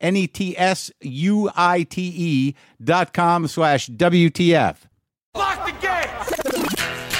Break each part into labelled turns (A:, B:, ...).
A: N E T S U I T E dot com slash WTF.
B: Lock the gate!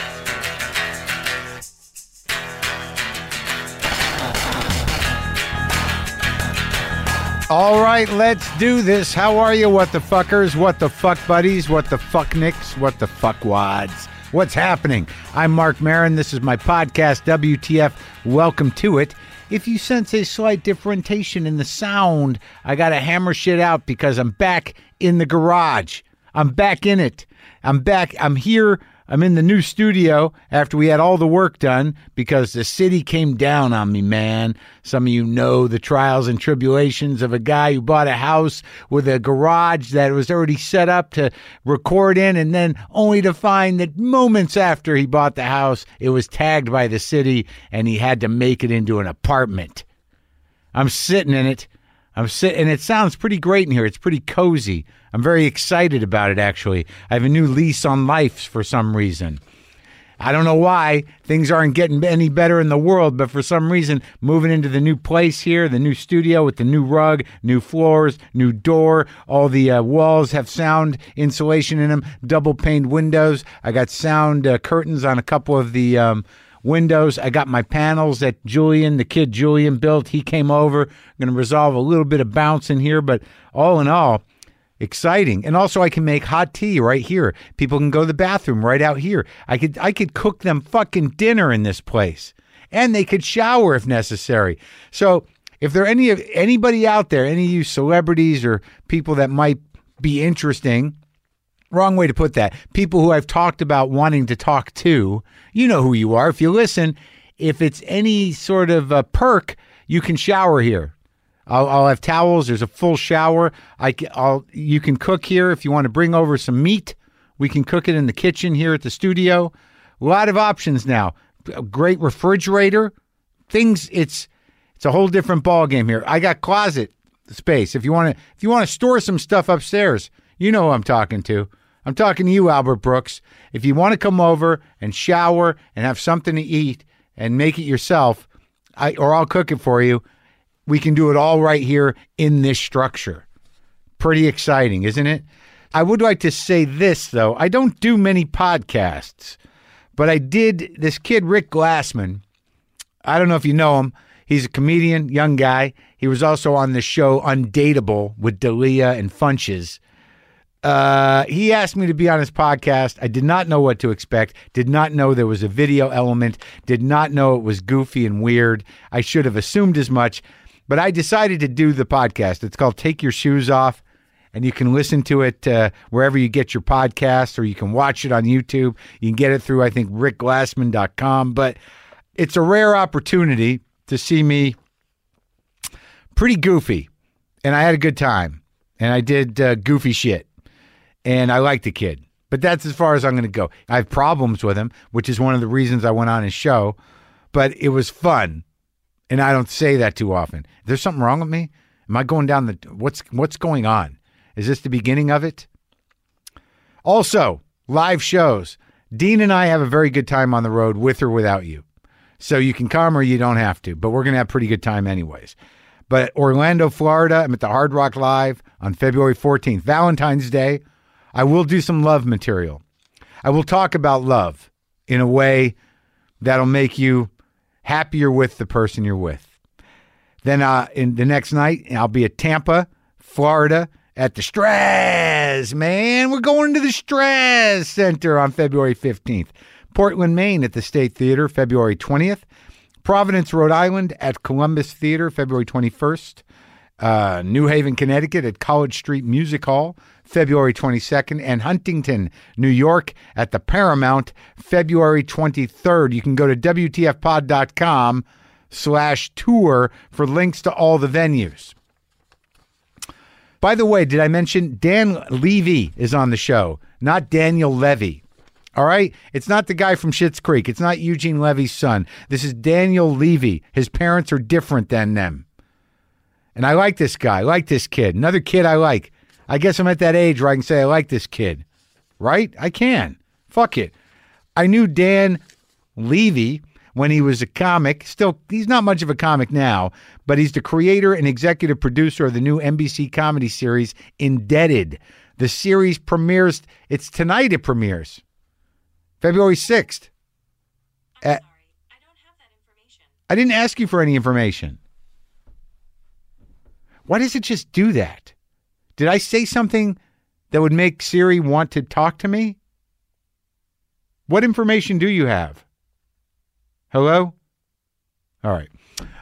A: All right, let's do this. How are you, what the fuckers? What the fuck buddies? What the fuck nicks? What the fuck wads? What's happening? I'm Mark Marin. This is my podcast, WTF. Welcome to it. If you sense a slight differentiation in the sound, I got to hammer shit out because I'm back in the garage. I'm back in it. I'm back. I'm here. I'm in the new studio after we had all the work done because the city came down on me, man. Some of you know the trials and tribulations of a guy who bought a house with a garage that was already set up to record in, and then only to find that moments after he bought the house, it was tagged by the city and he had to make it into an apartment. I'm sitting in it. I'm sitting, and it sounds pretty great in here. It's pretty cozy. I'm very excited about it, actually. I have a new lease on life for some reason. I don't know why things aren't getting any better in the world, but for some reason, moving into the new place here, the new studio with the new rug, new floors, new door, all the uh, walls have sound insulation in them, double paned windows. I got sound uh, curtains on a couple of the um, windows. I got my panels that Julian, the kid Julian, built. He came over. I'm going to resolve a little bit of bounce in here, but all in all, exciting and also i can make hot tea right here people can go to the bathroom right out here i could i could cook them fucking dinner in this place and they could shower if necessary so if there are any of anybody out there any of you celebrities or people that might be interesting wrong way to put that people who i've talked about wanting to talk to you know who you are if you listen if it's any sort of a perk you can shower here I'll, I'll have towels. There's a full shower. I, will you can cook here if you want to bring over some meat. We can cook it in the kitchen here at the studio. A lot of options now. A great refrigerator. Things. It's it's a whole different ball game here. I got closet space. If you want to if you want to store some stuff upstairs, you know who I'm talking to. I'm talking to you, Albert Brooks. If you want to come over and shower and have something to eat and make it yourself, I or I'll cook it for you we can do it all right here in this structure. Pretty exciting, isn't it? I would like to say this, though. I don't do many podcasts, but I did this kid, Rick Glassman. I don't know if you know him. He's a comedian, young guy. He was also on the show Undateable with Dalia and Funches. Uh, he asked me to be on his podcast. I did not know what to expect. Did not know there was a video element. Did not know it was goofy and weird. I should have assumed as much, but I decided to do the podcast. It's called Take Your Shoes Off, and you can listen to it uh, wherever you get your podcasts, or you can watch it on YouTube. You can get it through, I think, rickglassman.com. But it's a rare opportunity to see me pretty goofy, and I had a good time, and I did uh, goofy shit and I like the kid. But that's as far as I'm going to go. I have problems with him, which is one of the reasons I went on his show. But it was fun, and I don't say that too often. There's something wrong with me. Am I going down the what's what's going on? Is this the beginning of it? Also, live shows. Dean and I have a very good time on the road with or without you. So you can come or you don't have to, but we're going to have pretty good time anyways. But Orlando, Florida, I'm at the Hard Rock Live on February 14th, Valentine's Day. I will do some love material. I will talk about love in a way that'll make you happier with the person you're with. Then uh, in the next night, I'll be at Tampa, Florida, at the Straz, man. We're going to the Straz Center on February 15th. Portland, Maine at the State Theater, February 20th. Providence, Rhode Island at Columbus Theater, February 21st. Uh, New Haven, Connecticut at College Street Music Hall, February 22nd. And Huntington, New York at the Paramount, February 23rd. You can go to WTFpod.com slash tour for links to all the venues. By the way, did I mention Dan Levy is on the show, not Daniel Levy? All right? It's not the guy from Schitt's Creek. It's not Eugene Levy's son. This is Daniel Levy. His parents are different than them. And I like this guy. I like this kid. Another kid I like. I guess I'm at that age where I can say I like this kid. Right? I can. Fuck it. I knew Dan Levy when he was a comic. Still, he's not much of a comic now, but he's the creator and executive producer of the new NBC comedy series Indebted. The series premieres, it's tonight it premieres, February 6th.
B: I'm
A: Uh,
B: sorry, I don't have that information.
A: I didn't ask you for any information. Why does it just do that? Did I say something that would make Siri want to talk to me? What information do you have? Hello? All right.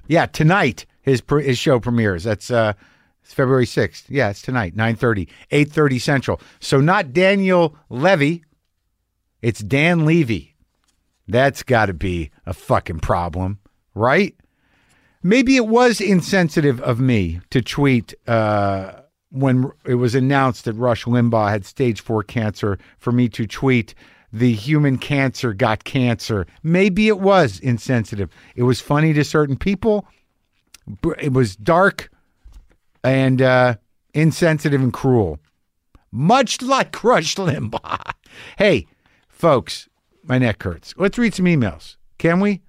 A: Yeah, tonight his pre- his show premieres. That's uh it's February 6th. Yeah, it's tonight, 9:30, 8:30 Central. So not Daniel Levy, it's Dan Levy. That's got to be a fucking problem, right? Maybe it was insensitive of me to tweet uh, when it was announced that Rush Limbaugh had stage four cancer for me to tweet, the human cancer got cancer. Maybe it was insensitive. It was funny to certain people, but it was dark and uh, insensitive and cruel much like Rush Limbaugh. hey, folks, my neck hurts. Let's read some emails, can we?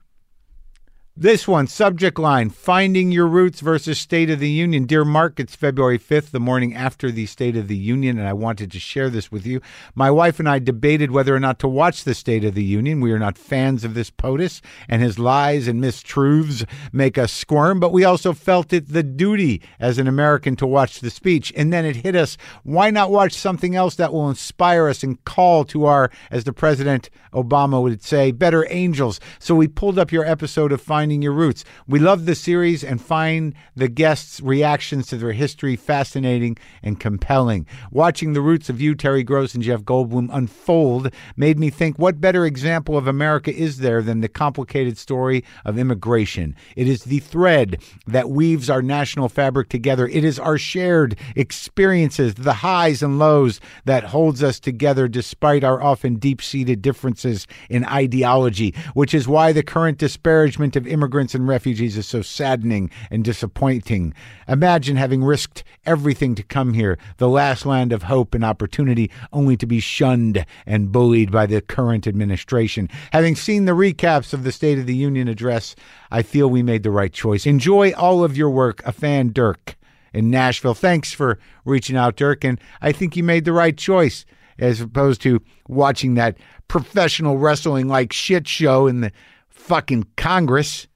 A: This one, subject line Finding Your Roots versus State of the Union. Dear Mark, it's February 5th, the morning after the State of the Union, and I wanted to share this with you. My wife and I debated whether or not to watch the State of the Union. We are not fans of this POTUS, and his lies and mistruths make us squirm, but we also felt it the duty as an American to watch the speech. And then it hit us why not watch something else that will inspire us and call to our, as the President Obama would say, better angels? So we pulled up your episode of Finding Your Roots. We love the series and find the guests' reactions to their history fascinating and compelling. Watching the roots of you, Terry Gross, and Jeff Goldblum unfold made me think what better example of America is there than the complicated story of immigration? It is the thread that weaves our national fabric together. It is our shared experiences, the highs and lows that holds us together despite our often deep-seated differences in ideology, which is why the current disparagement of immigrants and refugees is so saddening and disappointing. Imagine having risked everything to come here, the last land of hope and opportunity, only to be shunned and bullied by the current administration. Having seen the recaps of the State of the Union address, I feel we made the right choice. Enjoy all of your work. A fan, Dirk in Nashville. Thanks for reaching out, Dirk. And I think you made the right choice as opposed to watching that professional wrestling like shit show in the fucking Congress.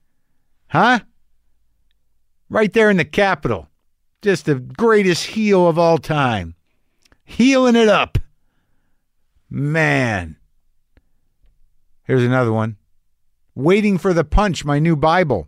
A: Huh? Right there in the Capitol. Just the greatest heel of all time. Healing it up. Man. Here's another one. Waiting for the Punch, my new Bible.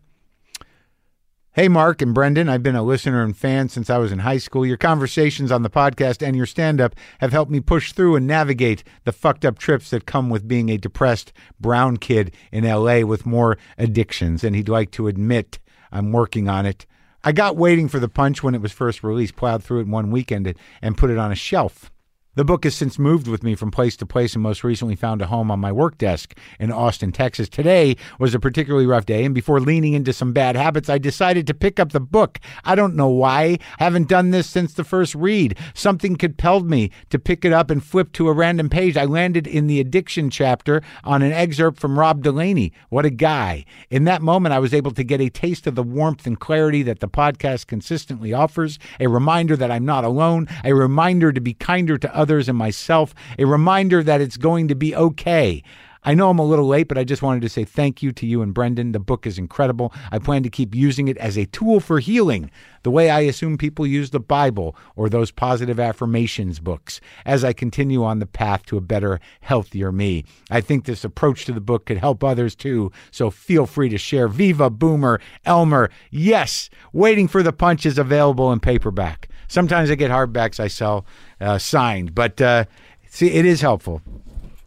A: Hey, Mark and Brendan, I've been a listener and fan since I was in high school. Your conversations on the podcast and your stand up have helped me push through and navigate the fucked up trips that come with being a depressed brown kid in LA with more addictions than he'd like to admit. I'm working on it. I got waiting for the punch when it was first released, plowed through it in one weekend, and- and put it on a shelf. The book has since moved with me from place to place and most recently found a home on my work desk in Austin, Texas. Today was a particularly rough day, and before leaning into some bad habits, I decided to pick up the book. I don't know why. I haven't done this since the first read. Something compelled me to pick it up and flip to a random page. I landed in the addiction chapter on an excerpt from Rob Delaney. What a guy. In that moment, I was able to get a taste of the warmth and clarity that the podcast consistently offers, a reminder that I'm not alone, a reminder to be kinder to others and myself, a reminder that it's going to be okay. I know I'm a little late, but I just wanted to say thank you to you and Brendan. The book is incredible. I plan to keep using it as a tool for healing, the way I assume people use the Bible or those positive affirmations books, as I continue on the path to a better, healthier me. I think this approach to the book could help others too, so feel free to share. Viva Boomer, Elmer. Yes, Waiting for the Punch is available in paperback. Sometimes I get hardbacks I sell uh, signed, but uh, see, it is helpful.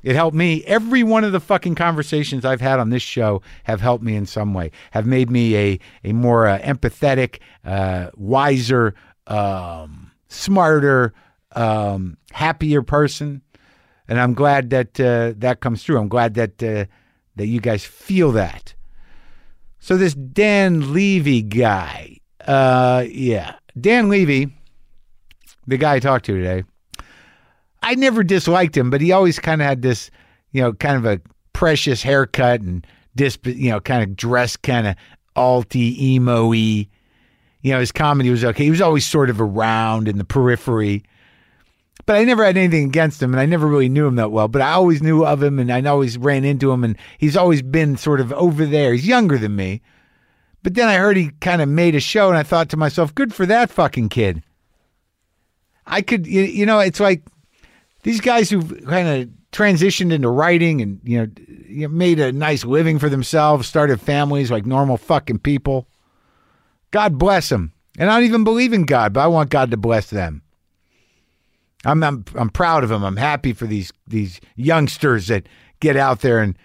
A: It helped me. Every one of the fucking conversations I've had on this show have helped me in some way, have made me a, a more uh, empathetic, uh, wiser, um, smarter, um, happier person. And I'm glad that uh, that comes through. I'm glad that uh, that you guys feel that. So this Dan Levy guy, uh, yeah, Dan Levy, the guy I talked to today, I never disliked him, but he always kind of had this, you know, kind of a precious haircut and disp, you know, kind of dressed kind of alty emo-y. You know, his comedy was okay. He was always sort of around in the periphery. But I never had anything against him and I never really knew him that well, but I always knew of him and I always ran into him and he's always been sort of over there. He's younger than me. But then I heard he kind of made a show and I thought to myself, good for that fucking kid. I could you, you know, it's like these guys who kind of transitioned into writing and you know d- you know, made a nice living for themselves, started families like normal fucking people. God bless them. And I don't even believe in God, but I want God to bless them. I'm I'm, I'm proud of them. I'm happy for these these youngsters that get out there and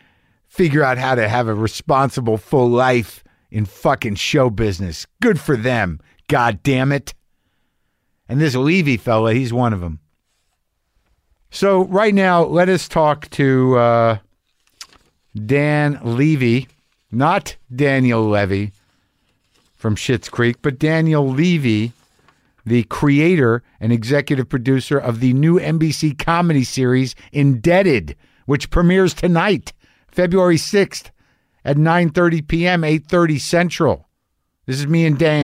A: figure out how to have a responsible full life in fucking show business. Good for them. God damn it. And this Levy fella, he's one of them. So right now, let us talk to uh, Dan Levy, not Daniel Levy from Schitt's Creek, but Daniel Levy, the creator and executive producer of the new NBC comedy series Indebted, which premieres tonight, February sixth, at nine thirty p.m., eight thirty Central. This is me and Dan.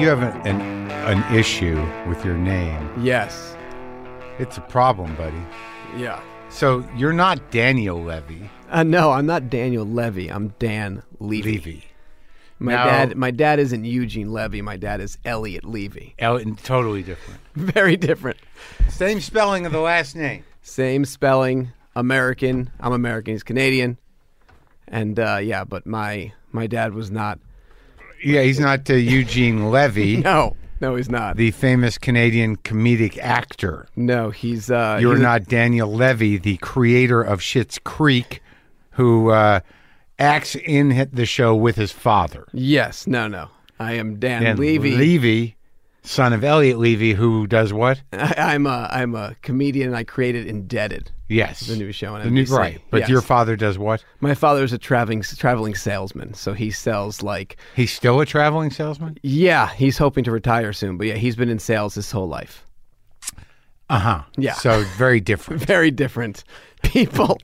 A: You have an, an, an issue with your name.
C: Yes.
A: It's a problem, buddy.
C: Yeah.
A: So you're not Daniel Levy.
C: Uh, no, I'm not Daniel Levy. I'm Dan Levy.
A: Levy.
C: My
A: Now-
C: dad. My dad isn't Eugene Levy. My dad is Elliot Levy.
A: El- and totally different.
C: Very different.
A: Same spelling of the last name.
C: Same spelling. American. I'm American. He's Canadian. And uh, yeah, but my my dad was not.
A: Yeah, he's not uh, Eugene Levy,
C: No, no, he's not.
A: the famous Canadian comedic actor.
C: no, he's. Uh,
A: You're
C: he's-
A: not Daniel Levy, the creator of Schitt's Creek, who uh, acts in hi- the show with his father.
C: Yes. No. No. I am Dan,
A: And
C: Levy.
A: Levy, son of Elliot Levy, who does what?
C: I, am a I'm a comedian. and I created Indebted.
A: Yes.
C: The new show on
A: The new-
C: NBC.
A: right. But
C: Yes.
A: your father does what?
C: My father's a traveling traveling salesman, so he sells like
A: He's still a traveling salesman?
C: Yeah, he's hoping to retire soon, but yeah, he's been in sales his whole life.
A: Uh huh.
C: Yeah.
A: So very different.
C: Very different people.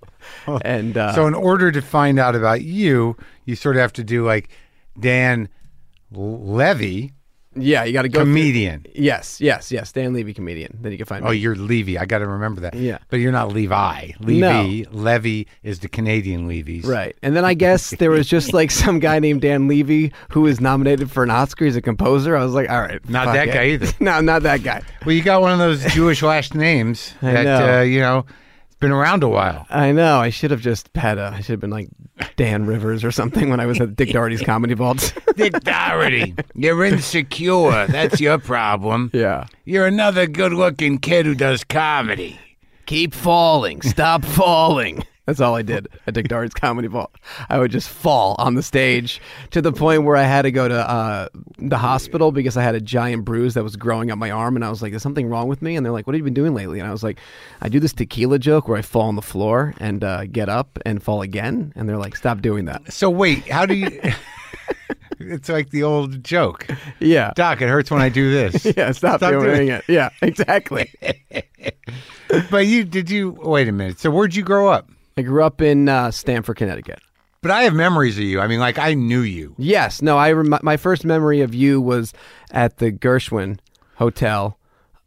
C: and uh,
A: Oh. So in order to find out about you, you sort of have to do like Dan Levy
C: Yeah, you got to go. through-
A: comedian.
C: Yes, yes, yes. Dan Levy, comedian. Then you can find
A: Oh,
C: me.
A: you're Levy. I got to remember that.
C: Yeah.
A: But you're not Levi. Levy. Levy is the Canadian Levy's.
C: Right. And then I guess there was just like some guy named Dan Levy who was nominated for an Oscar. He's a composer. I was like, all right.
A: Not
C: fuck
A: that
C: it.
A: guy either.
C: no, not that guy.
A: Well, you got one of those Jewish last names
C: I
A: that,
C: know.
A: Uh, you know, it's been around a while.
C: I know. I should have just had a, I should have been like Dan Rivers or something when I was at Dick Doherty's Comedy Vault.
A: Dick Doherty, you're insecure. That's your problem.
C: yeah.
A: You're another good looking kid who does comedy.
C: Keep falling. Stop falling. That's all I did at Dick Doherty's Comedy Vault. I would just fall on the stage to the point where I had to go to uh, the hospital because I had a giant bruise that was growing up my arm. And I was like, there's something wrong with me. And they're like, what have you been doing lately? And I was like, I do this tequila joke where I fall on the floor and uh, get up and fall again. And they're like, stop doing that.
A: So, wait, how do you. it's like the old joke
C: Yeah.
A: Doc, it hurts when I do this.
C: Yeah, stop,
A: Stop
C: doing,
A: doing-
C: it. Yeah, exactly.
A: but you, did you. Wait a minute. So, where'd you grow up?
C: I grew up in uh, Stamford, Connecticut.
A: But I have memories of you. I mean, like, I knew you.
C: Yes. No, I rem- my first memory of you was at the Gershwin Hotel.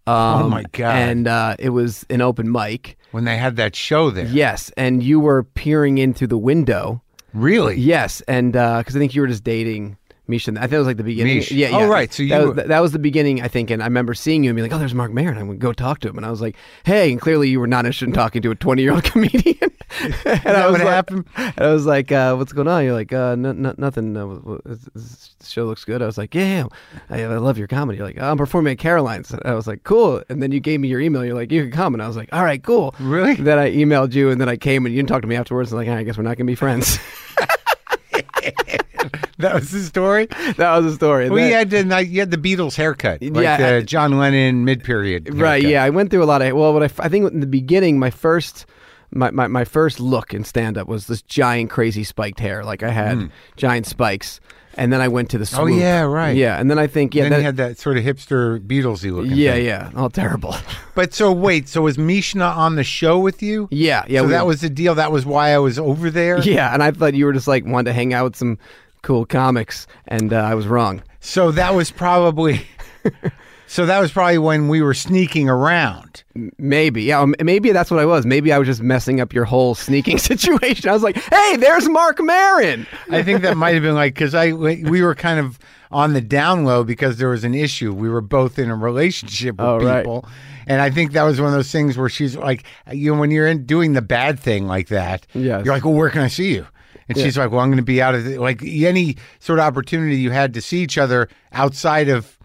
C: Um, oh
A: my God.
C: And uh, it was an open mic.
A: when they had that show there.
C: Yes, and you were peering in through the window.
A: Really?
C: Yes, and because I think you were just dating Misha. I think it was like the beginning.
A: Mish.
C: Yeah,
A: Oh,
C: yeah.
A: right, so you
C: that,
A: were-
C: was, that, that was the beginning, I think. And I remember seeing you and being like, "Oh, there's Mark Maron." I would go talk to him, and I was like, "Hey!" And clearly, you were not interested in talking to a 20 year old comedian. and I
A: that
C: was
A: what
C: like,
A: happened?
C: And I was like, uh, "What's going on?" You're like, uh, n- n- "Nothing." Uh, w- w- this this show looks good. I was like, "Yeah, I, I love your comedy." You're like, "I'm performing at Caroline's." And I was like, "Cool." And then you gave me your email. You're like, "You can come," and I was like, "All right, cool."
A: Really?
C: Then I emailed you, and then I came, and you didn't talk to me afterwards. And like, "All right, I guess we're not gonna be friends.
A: That was the story.
C: that was the story. And
A: We
C: then-
A: had the like, you had the Beatles haircut, like
C: Yeah,
A: the
C: I-
A: John Lennon mid period.
C: right. Yeah, I went through a lot of. Well, what I, f- I think in the beginning, my first. My, my, my first look in stand up was this giant crazy spiked hair like I had giant spikes and then I went to the swoop.
A: Hmm. Oh, yeah, right.
C: yeah and then I think yeah
A: then
C: that-
A: you had that sort of hipster Beatlesy looking.
C: yeah
A: thing.
C: yeah all terrible
A: But so wait, so was Mishna on the show with you?
C: yeah yeah
A: so
C: we-
A: that was the deal. That was why I was over there.
C: yeah and I thought you were just like wanted to hang out with some cool comics and uh, I was wrong
A: So that was probably. so that was probably when we were sneaking around.
C: Maybe, yeah. m- Maybe that's what I was. Maybe I was just messing up your whole sneaking situation. I was like, "Hey, there's Mark Marin."
A: I think that might have been like because I we were kind of on the down low because there was an issue. We were both in a relationship with
C: Oh, right.
A: people, and I think that was one of those things where she's like, you know, when you're in doing the bad thing like that,
C: Yes.
A: you're like, well, where can I see you? And she's like, well, I'm going to be out of the, like any sort of opportunity you had to see each other outside of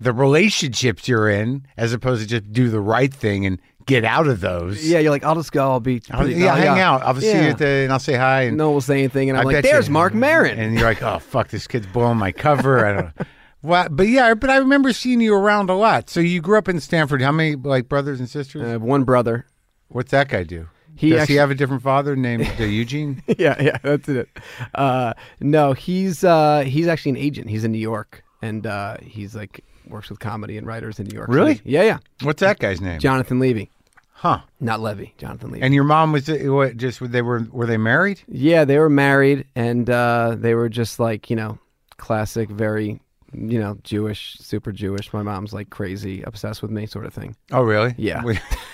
A: the relationships you're in, as opposed to just do the right thing and get out of those.
C: Yeah, you're like, "I'll just go. I'll be
A: I'll- yeah, hang out. I'll see you at the, and I'll say hi. And
C: No one will say anything, and I'm
A: I
C: like,
A: bet you-
C: "There's Mark Marin."
A: And you're like, oh fuck, this kid's blowing my cover. I don't. Well, but yeah, but I remember seeing you around a lot. So you grew up in Stanford. How many like brothers and sisters?
C: I have one brother.
A: What's that guy do?
C: Uh, he
A: Does
C: actually-
A: he have a different father named uh, Eugene?
C: yeah, yeah, that's it. Uh, no, he's uh, he's actually an agent. He's in New York, and uh, he's like works with comedy and writers in New York.
A: Really?
C: City. Yeah, yeah.
A: What's that guy's name?
C: Jonathan Levy,
A: Huh?
C: not Levy. Jonathan Levy.
A: And your mom was uh, what, just they were were they married?
C: Yeah, they were married, and uh, they were just like you know, classic, very you know, Jewish, super Jewish. My mom's like crazy, obsessed with me, sort of thing.
A: Oh, really?
C: Yeah.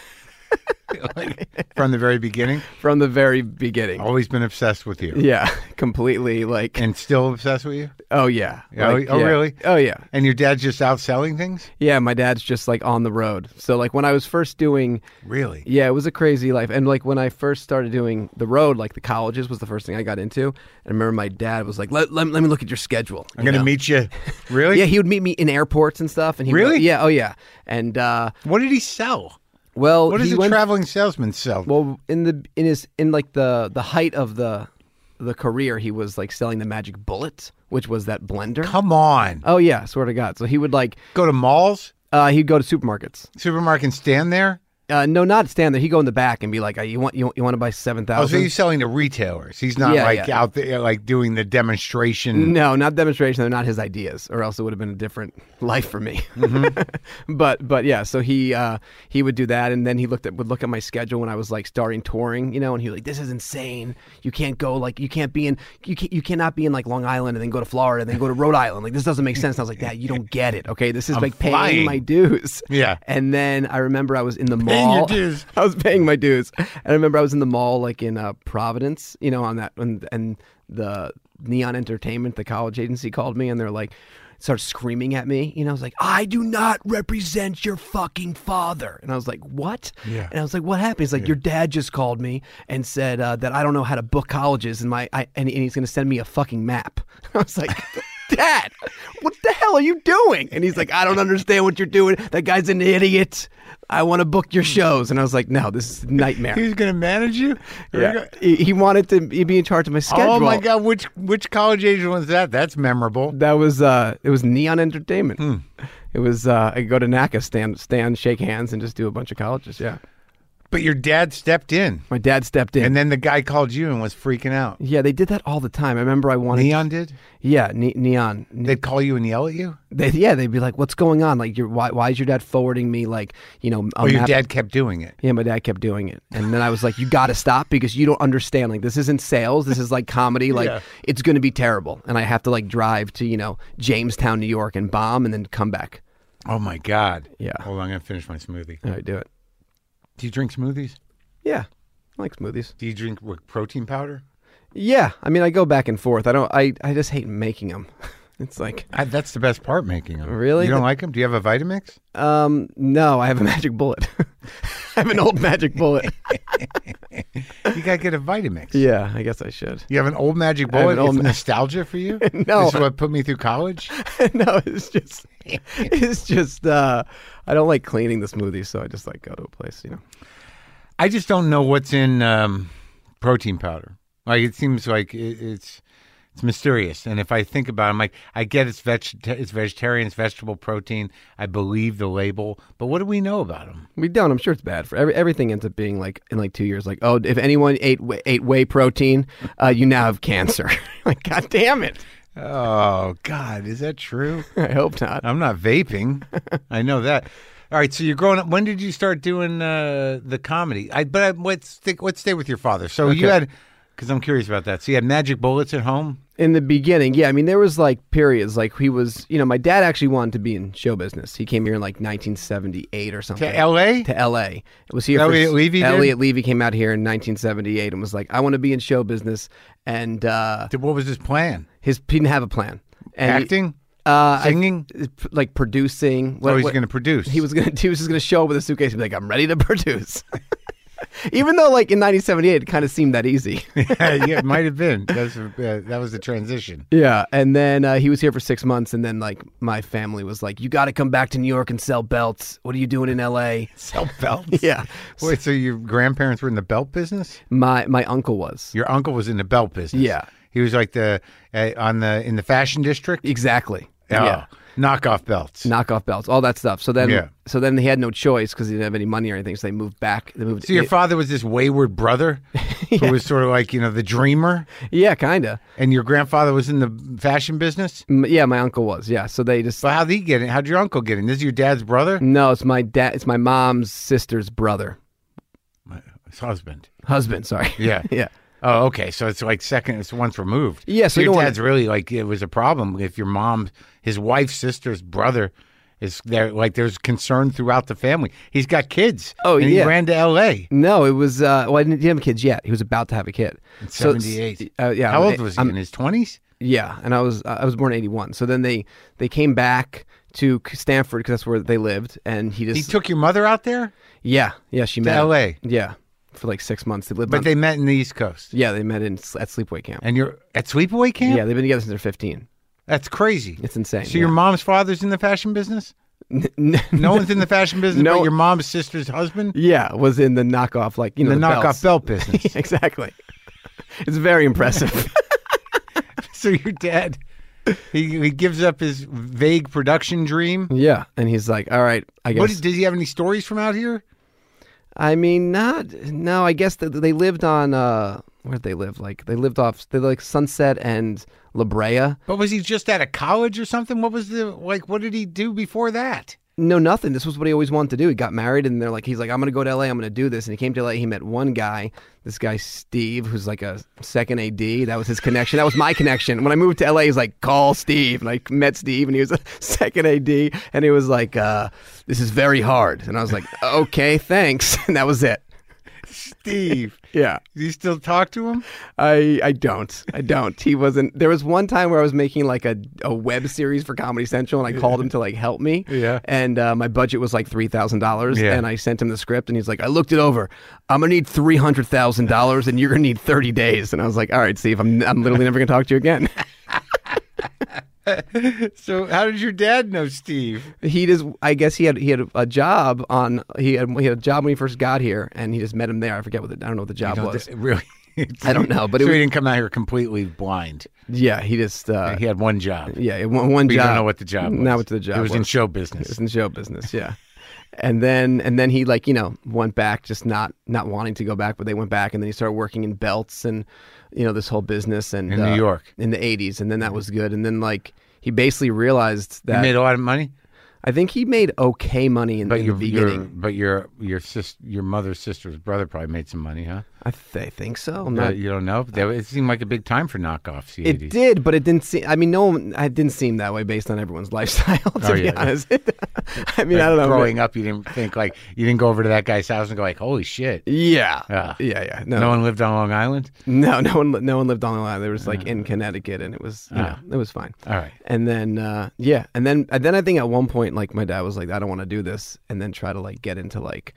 A: Like, from the very beginning,
C: From the very beginning.
A: always been obsessed with you,
C: Yeah, completely. Like,
A: and still obsessed with you.
C: oh yeah.
A: Oh,
C: Like,
A: oh,
C: yeah.
A: really?
C: Oh yeah.
A: And your dad's just out selling things.
C: Yeah, my dad's just like on the road. So like when I was first doing
A: Really?
C: Yeah, it was a crazy life. And like when I first started doing the road, like the colleges was the first thing I got into. And I remember my dad was like, "Let, let, let me look at your schedule."
A: I'm gonna meet you. Really?
C: Yeah, he would meet me in airports and stuff. And he would-
A: Really?
C: yeah, oh yeah. And uh,
A: What did he sell?
C: well,
A: What does
C: he
A: a
C: went,
A: traveling salesman sell?
C: well in the in his in like the the height of the the career, he was like selling the Magic Bullet, which was that blender.
A: Come on.
C: Oh yeah, swear to God. So he would like
A: Go to malls,
C: uh, he'd go to supermarkets.
A: supermarket, and stand there.
C: Uh, no, not stand there. He go in the back and be like, uh, "You want you, you want to buy seven
A: Oh, so
C: thousand?
A: he's selling to retailers. He's not
C: Yeah,
A: like
C: yeah.
A: out there like doing the demonstration.
C: No, not demonstration. They're not his ideas, or else it would have been a different life for me.
A: Mm-hmm.
C: but but yeah, so he uh, he would do that, and then he looked at would look at my schedule when I was like starting touring, you know, and he was like, "This is insane. You can't go like you can't be in you can you cannot be in like Long Island and then go to Florida and then go to Rhode Island. Like this doesn't make sense." And I was like, "That you don't get it. Okay, this is like paying
A: flying."
C: my dues."
A: Yeah.
C: And then I remember I was in
A: Paying
C: the
A: your
C: mall.
A: dues.
C: I was paying my dues. And I remember I was in the mall, like in uh, Providence, you know, on that, and, and the Neon Entertainment, the college agency, called me, and they're like, started screaming at me. You know, I was like, I do not represent your fucking father. And I was like, what?
A: Yeah.
C: And I was like, what happened? He's like, your dad just called me and said uh, that I don't know how to book colleges, and my I, and, and he's going to send me a fucking map. I was like. Dad, what the hell are you doing? And he's like, I don't understand what you're doing. That guy's an idiot. I want to book your shows. And I was like, no, this is a nightmare.
A: He's going to manage you. Here we
C: Yeah.
A: go.
C: He, he wanted to be in charge of my schedule.
A: Oh my God! Which which college age was that? That's memorable.
C: That was uh, it was Neon Entertainment.
A: Hmm.
C: It was uh, I go to NACA stand stand shake hands and just do a bunch of colleges. Yeah,
A: But your dad stepped in,
C: my dad stepped in.
A: and then the guy called you and was freaking out.
C: yeah, they did that all the time. I remember I wanted.
A: Neon did.
C: Yeah, ne- Neon. Ne-
A: They'd call you and yell at you.
C: They, yeah, they'd be like, "What's going on? Like, you're, why why is your dad forwarding me like you know a
A: Or Oh, your
C: map
A: dad kept doing it.
C: Yeah, my dad kept doing it. And then I was like, you got to stop because you don't understand. Like, this isn't sales. This is like comedy. Like,
A: Yeah.
C: it's going to be terrible. And I have to like drive to, you know, Jamestown, New York and bomb and then come back.
A: Oh my God!
C: Yeah.
A: Hold on, I'm gonna finish my smoothie.
C: And I do it.
A: Do you drink smoothies?
C: Yeah. I like smoothies.
A: Do you drink with protein powder?
C: Yeah. I mean, I go back and forth. I don't, I, I just hate making them. It's like,
A: I, that's the best part, making them.
C: Really?
A: You don't like them? Do you have a Vitamix?
C: um, no, I have a magic bullet. I have an old magic bullet.
A: You gotta get a Vitamix.
C: yeah, I guess I should.
A: You have an old magic
C: have
A: bullet.
C: an old
A: it's
C: ma-
A: nostalgia for you.
C: No.
A: this is what put me through college.
C: no, it's just, it's just, uh, I don't like cleaning the smoothies. So I just like go to a place, you know.
A: I just don't know what's in um, protein powder. Like it seems like it, it's it's mysterious. And if I think about, it, I'm like, I get it's veg- it's vegetarian, it's vegetable protein. I believe the label, but what do we know about them?
C: We don't. I'm sure it's bad for every, everything. Ends up being like in like two years. Like, oh, if anyone ate wh- ate whey protein, uh, you now have cancer. like, god damn it.
A: Oh God, is that true?
C: I hope not.
A: I'm not vaping. I know that. All right, so you're growing up. When did you start doing uh, the comedy? I but I, let's stick, let's stay with your father. So you
C: Okay.
A: had because I'm curious about that. So you had magic bullets at home.
C: In the beginning, yeah, I mean, there was like periods. Like he was, you know, my dad actually wanted to be in show business. He came here in like 1978 or something.
A: To E? LA?
C: To L.A. Was here.
A: Elliot
C: for, E
A: Levy E did?
C: Elliot Levy came out here in 1978 and was like, "I want to be in show business." And uh,
A: What was his plan?
C: his he didn't have a plan. And he-
A: Acting,
C: uh, I-
A: singing.
C: like producing. What,
A: oh, he's
C: what-
A: going to produce.
C: He was gonna he was just gonna show up with a suitcase and be like, I'm ready to produce. Even though like in nineteen seventy eight it kinda seemed that easy.
A: yeah, it might have been. That's, uh, that was the transition.
C: yeah. And then uh, he was here for six months and then like my family was like, You gotta come back to New York and sell belts. What are you doing in LA?
A: Self belt.
C: Yeah.
A: Wait, so your grandparents were in the belt business?
C: My my uncle was.
A: Your uncle was in the belt business.
C: Yeah.
A: he was like the uh, on the in the fashion district.
C: Exactly. Yeah.
A: Oh, knockoff belts.
C: Knockoff belts, all that stuff. So then,
A: Yeah.
C: so then he had no choice because he didn't have any money or anything. So they moved back. They moved.
A: So your
C: it-
A: father was this wayward brother who was sort of like, you know, the dreamer,
C: yeah, kinda.
A: and your grandfather was in the fashion business?
C: M- Yeah, my uncle was. Yeah. So they just
A: But how'd he get in? How'd your uncle get in? This is your dad's brother?
C: no. It's my dad. It's my mom's sister's brother,
A: His husband.
C: husband. Sorry.
A: Yeah.
C: yeah.
A: Oh, okay. So it's like second, it's once removed.
C: Yeah, so
A: So
C: you
A: your
C: don't wanna-
A: dad's really like, it was a problem if your mom, his wife's sister's brother is there, like, there's concern throughout the family. He's got kids.
C: Oh,
A: and
C: yeah.
A: He ran to L.A.
C: No, it was. Uh, well, I didn't, he didn't have kids yet. He was about to have a kid. So,
A: 78.
C: uh, yeah.
A: How
C: I'm-
A: old was he?
C: I'm-
A: in his 20s?
C: yeah, and I was uh, I was born in eighty one. So then they they came back to Stanford because that's where they lived, and he just
A: He took your mother out there,
C: yeah yeah she met
A: L.A.,
C: yeah for like six months they lived
A: but
C: on-
A: they met in the East Coast.
C: yeah they met in at sleepaway camp.
A: And you're at sleepaway camp?
C: Yeah, they've been together since they're fifteen.
A: That's crazy.
C: It's insane.
A: so your mom's father's in the fashion business?
C: yeah.
A: No one's in the fashion business
C: No.
A: but your mom's sister's husband?
C: yeah was in the knockoff like you know
A: The, knockoff
C: belts.
A: belt business.
C: exactly. It's very impressive.
A: so your dad, he, he gives up his vague production dream.
C: yeah, and he's like, all right, I guess.
A: What, did he have any stories from out here?
C: I mean, not no. I guess that they lived on uh, where did they live? Like they lived off they like Sunset and La Brea.
A: But was he just out of college or something? What was the like? What did he do before that?
C: No, nothing. This was what he always wanted to do. He got married, and they're like, he's like, I'm gonna go to LA. I'm gonna do this. And he came to LA. He met one guy, this guy Steve, who's like a second AD. That was his connection. That was my connection. When I moved to LA, he's like, call Steve. And I met Steve, and he was a second AD, and he was like, uh, this is very hard. And I was like, okay, thanks. And that was it.
A: Steve.
C: Yeah.
A: Do you still talk to him?
C: I I don't. I don't. He wasn't. There was one time where I was making like a, a web series for Comedy Central, and I called him to like help me.
A: Yeah.
C: And uh, my budget was like three thousand dollars,
A: Yeah.
C: and I sent him the script, and he's like, "I looked it over. I'm gonna need three hundred thousand dollars, and you're gonna need thirty days." And I was like, "All right, Steve, I'm I'm literally never gonna talk to you again."
A: So how did your dad know Steve?
C: he just, I guess he had he had a job on he had he had a job when he first got here, and he just met him there. I forget what the, I don't know what the job
A: No,
C: was.
A: th- really?
C: I don't know, but it
A: so
C: was-
A: he didn't come out here completely blind.
C: yeah, he just uh,
A: He had one job.
C: yeah, it- one, one
A: But
C: job.
A: you don't know what the job was.
C: Not what the job
A: It was, in
C: was.
A: show
C: It's
A: business.
C: in show business, yeah. And then and then he like you know went back, just not not wanting to go back, but they went back, and then he started working in belts and you know this whole business and uh,
A: In New York.
C: in the eighties, and then that was good, and then like he basically realized
A: You
C: that
A: made a lot of money,
C: I think he made okay money in,
A: but
C: in the
A: your, your
C: beginning.
A: but your your sis, your mother's sister's brother probably made some money, huh?
C: I, th- I think so. I'm
A: Uh,
C: not,
A: you don't know. That, it seemed like a big time for knockoffs. The
C: it
A: 80s.
C: did, but it didn't seem. I mean, no, one- I didn't seem that way based on everyone's lifestyle. To
A: Oh,
C: be
A: yeah, yeah.
C: honest, I mean, I don't know.
A: Growing up, you didn't think like you didn't go over to that guy's house and go like, "Holy shit!"
C: yeah,
A: Ah.
C: yeah, yeah.
A: No one lived on Long Island.
C: No, no one, no one lived on the line. They was like in Connecticut, and it was, you
A: Ah.
C: know, it was fine.
A: All right.
C: And then, uh, yeah, and then, and then I think at one point, like my dad was like, "I don't want to do this," and then try to like get into like,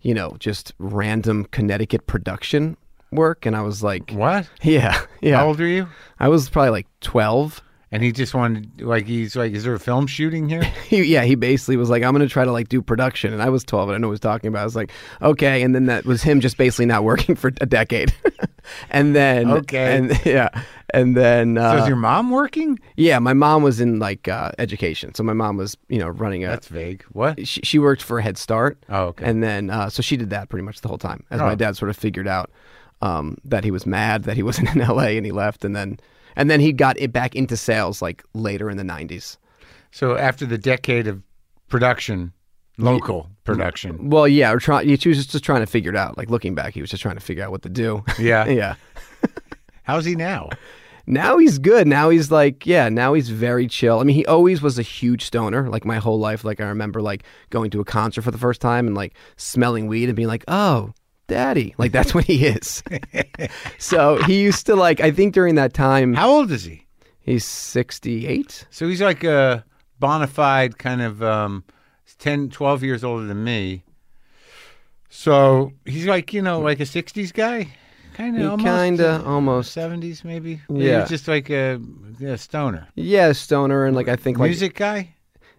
C: you know, just random Connecticut production work, and I was like,
A: What?
C: "Yeah, yeah."
A: How old are you?
C: I was probably like twelve.
A: And he just wanted like he's like, "Is there a film shooting here?"
C: He, yeah, he basically was like, "I'm gonna try to like do production," and I was twelve, and I know what he was talking about. I was like, "Okay," and then that was him just basically not working for a decade, and then
A: Okay.
C: and yeah, and then
A: so
C: uh,
A: is your mom working?
C: Yeah, my mom was in like uh, education, so my mom was you know running a.
A: That's vague. What?
C: she, she worked for Head Start.
A: Oh, okay.
C: And then uh, so she did that pretty much the whole time. As
A: Oh.
C: my dad sort of figured out um, that he was mad that he wasn't in L.A. and he left, and then and then he got it back into sales like later in the '90s.
A: So after the decade of production, local production,
C: Well, yeah, or try, he was just, just trying to figure it out. Like looking back, he was just trying to figure out what to do.
A: Yeah.
C: yeah.
A: how's he now?
C: Now he's good. Now he's like, yeah, now he's very chill. I mean, he always was a huge stoner, like my whole life. Like, I remember, like, going to a concert for the first time and, like, smelling weed and being like, oh, daddy. Like, that's what he is. so he used to, like, I think during that time,
A: How old is he?
C: he's 68.
A: So he's like a bona fide kind of um, 10, 12 years older than me. So he's like, you know, like a 60s guy, kind of
C: He
A: almost.
C: kind
A: uh,
C: of almost.
A: 70s maybe. Maybe
C: Yeah.
A: he's just like a yeah, stoner.
C: Yeah, stoner. And, like, I think, like,
A: Music guy?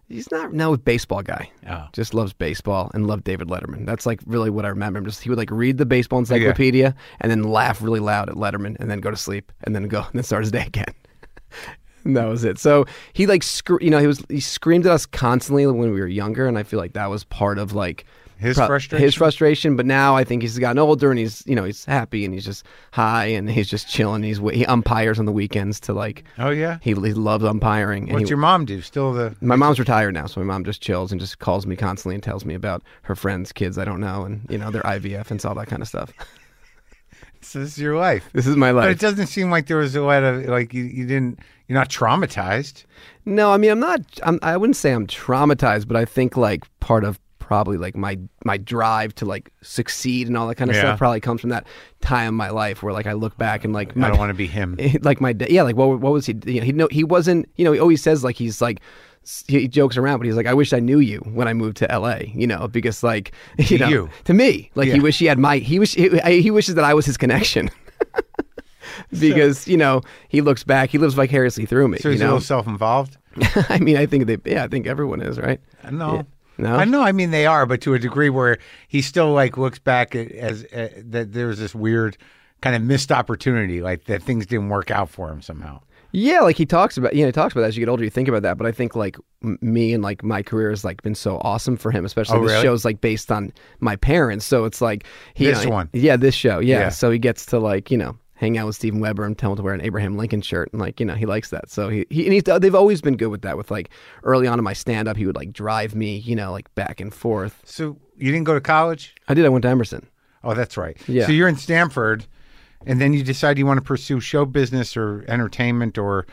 C: he's not now a baseball guy.
A: Oh.
C: just loves baseball and loved David Letterman. That's like really what I remember. him. Just he would like read the baseball encyclopedia and then laugh really loud at Letterman and then go to sleep and then go and then start his day again. and that was it. So he like scr- you know he was he screamed at us constantly when we were younger, and I feel like that was part of like.
A: His
C: pro-
A: frustration?
C: His frustration, but now I think he's gotten older and he's, you know, he's happy and he's just high and he's just chilling. He's wa- he umpires on the weekends to like,
A: Oh, yeah.
C: he, he loves umpiring. And
A: What's
C: he,
A: your mom do? Still the.
C: my mom's retired now, so my mom just chills and just calls me constantly and tells me about her friends, kids I don't know, and you know their IVF and all that kind of stuff.
A: So this is your life.
C: This is my
A: But it
C: life.
A: doesn't seem like there was a lot of, like, you, you didn't, you're not traumatized.
C: No, I mean I'm not. I'm, I wouldn't say I'm traumatized, but I think like part of probably like my my drive to like succeed and all that kind of
A: Yeah.
C: stuff probably comes from that time in my life where like I look back and like my,
A: I don't want to be him.
C: like my dad. Yeah, like what what was he? You know, he no, he wasn't. You know, he always says like he's like. He jokes around, but he's like, "I wish I knew you when I moved to LA," you know, because like, you know,
A: you.
C: to me, like he
A: Yeah.
C: wish he had my, he wish he, I- he wishes that I was his connection, because you know he looks back, he lives vicariously through me.
A: So
C: you
A: he's a
C: know,
A: little self involved?
C: I mean, I think they, yeah, I think everyone is right.
A: No.
C: No?
A: I know. I mean, they are, but to a degree where he still like looks back at, as uh, that there was this weird kind of missed opportunity, like that things didn't work out for him somehow.
C: Yeah, like he talks about, you know, he talks about that as you get older, you think about that. But I think like m- me and like my career has like been so awesome for him, especially
A: Oh,
C: this
A: really?
C: show's like based on my parents. So it's like he,
A: This
C: you know,
A: one.
C: yeah, this show, yeah.
A: Yeah.
C: So he gets to like you know hang out with Steven Weber and tell him to wear an Abraham Lincoln shirt, and like you know he likes that. So he, he and he's, they've always been good with that. With like early on in my stand up, he would like drive me, you know, like back and forth.
A: So you didn't go to college?
C: I did. I went to Emerson.
A: Oh, that's right.
C: Yeah.
A: So you're in Stanford, and then you decide you want to pursue show business or entertainment or,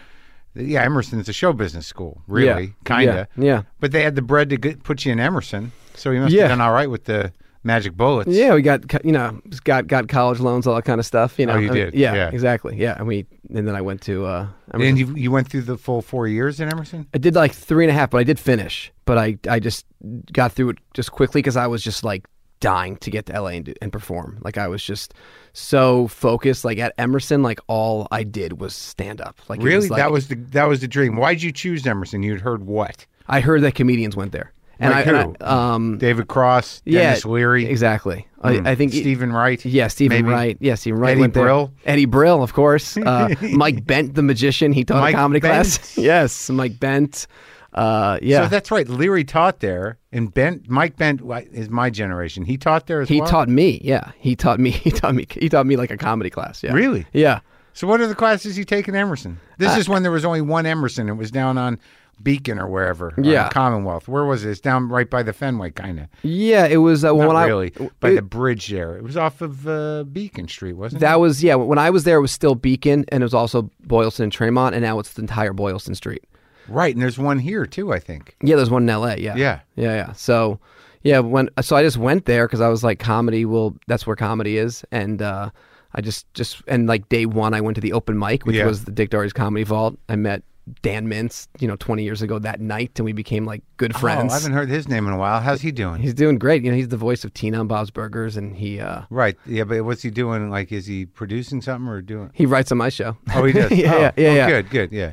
A: yeah, Emerson's a show business school, really,
C: Yeah.
A: kinda.
C: Yeah. yeah.
A: But they had the bread to get, put you in Emerson, so you must
C: Yeah.
A: have done all right with the magic bullets.
C: Yeah, we got co- you know got got college loans, all that kind of stuff. You know,
A: Oh, you
C: I mean,
A: did?
C: yeah,
A: Yeah.
C: exactly. Yeah, and we and then I went to. Uh, Emerson.
A: And you you went through the full four years in Emerson.
C: I did like three and a half, but I did finish. But I I just got through it just quickly because I was just like dying to get to LA and, do, and perform. Like I was just so focused. Like at Emerson, like all I did was stand up. Like it
A: Really,
C: was, like,
A: that was the that was the dream. Why'd you choose Emerson? You'd heard what?
C: I heard that comedians went there, and
A: Like
C: I, and I-
A: who?
C: um
A: David Cross,
C: yeah
A: Dennis Leary,
C: exactly. I, I think
A: Stephen Wright.
C: Yeah, Stephen
A: maybe.
C: Wright. Yeah, Stephen Wright.
A: Eddie
C: went there.
A: Brill.
C: Eddie Brill, of course. Uh, Mike Bent, the magician. He taught
A: Mike
C: a comedy
A: Bent.
C: class. yes, Mike Bent. Uh, yeah.
A: So that's right. Leary taught there, and Bent Mike Bent wh- is my generation. He taught there as
C: he
A: well.
C: taught me. Yeah, he taught me. He taught me. He taught me like a comedy class. Yeah.
A: Really?
C: Yeah.
A: So what are the classes you take in Emerson? This
C: Uh,
A: is when there was only one Emerson. It was down on Beacon or wherever. or
C: Yeah.
A: Commonwealth. Where was it? It's down right by the Fenway, kind of.
C: Yeah. It was uh,
A: Not
C: when I
A: really. by
C: it-
A: the bridge there. It was off of uh, Beacon Street, wasn't it?
C: That was yeah. When I was there, it was still Beacon, and it was also Boylston and Tremont, and now it's the entire Boylston Street.
A: Right. And there's one here too, I think.
C: Yeah, there's one in L.A. Yeah.
A: Yeah.
C: Yeah, yeah. So, yeah, when so I just went there because I was like, comedy will that's where comedy is, and uh, I just just and like day one, I went to the open mic, which
A: Yeah.
C: was the Dick Doherty's Comedy Vault. I met Dan Mintz, you know, 20 years ago that night, and we became like good friends.
A: Oh, I haven't heard his name in a while. How's he doing?
C: he's doing great. You know, he's the voice of Tina and Bob's Burgers, and he uh,
A: right. Yeah, but what's he doing? Like, is he producing something or doing?
C: he writes on my show.
A: Oh, he does.
C: yeah,
A: oh,
C: yeah, yeah,
A: oh,
C: yeah.
A: Good, good. Yeah.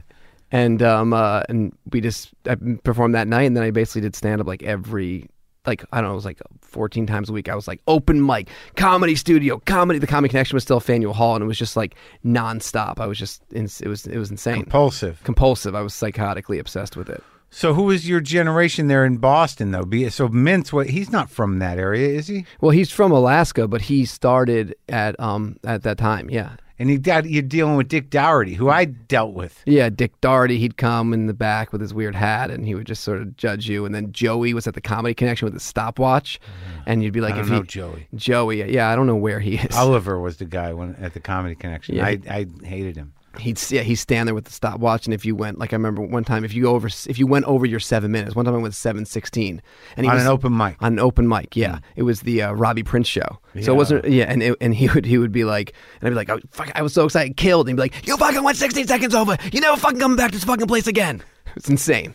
C: and um uh and we just I performed that night and then I basically did stand up like every like I don't know it was like 14 times a week I was like open mic comedy studio comedy the comedy connection was still Faneuil Hall and it was just like nonstop I was just in, it was it was insane
A: Impulsive.
C: compulsive I was psychotically obsessed with it
A: So who was your generation there in Boston though? Be so Mintz, what he's not from that area, is he?
C: well he's from Alaska but he started at um at that time yeah
A: And he got you're dealing with Dick Dougherty, who I dealt with.
C: Yeah, Dick Doherty, he'd come in the back with his weird hat and he would just sort of judge you. And then Joey was at the Comedy Connection with his stopwatch. And you'd be like,
A: Mm-hmm. I
C: if
A: don't
C: he,
A: know Joey.
C: Joey, yeah, I don't know where he is.
A: Oliver was the guy when at the Comedy Connection.
C: Yeah.
A: I, I hated him.
C: He'd yeah, he'd stand there with the stopwatch, and if you went, like I remember one time, if you go over, if you went over your seven minutes, one time I went seven sixteen, and he
A: On
C: was
A: an Mm. open mic.
C: on an open mic. Yeah, it was the uh, Robbie Prince show. So it wasn't. Yeah, and it, and he would he would be like, and I'd be like, oh, fuck, I was so excited, killed, and he'd be like, you fucking went sixteen seconds over, you never fucking come back to this fucking place again. It's insane.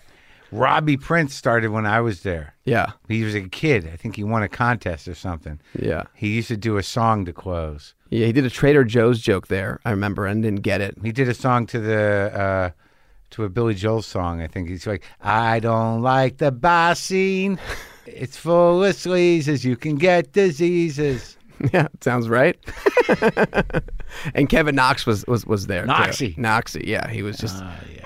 A: Robbie Prince started when I was there.
C: Yeah,
A: He was a kid. I think he won a contest or something.
C: yeah,
A: He used to do a song to close.
C: yeah. He did a Trader Joe's joke there, I remember, and didn't get it.
A: He did a song to the uh, to a Billy Joel song. I think he's like, I don't like the bossing. It's full of sleazes. You can get diseases.
C: Yeah, sounds right. and Kevin Knox was was was there. too.
A: Knoxy. Ah,
C: Knoxy, yeah, he was just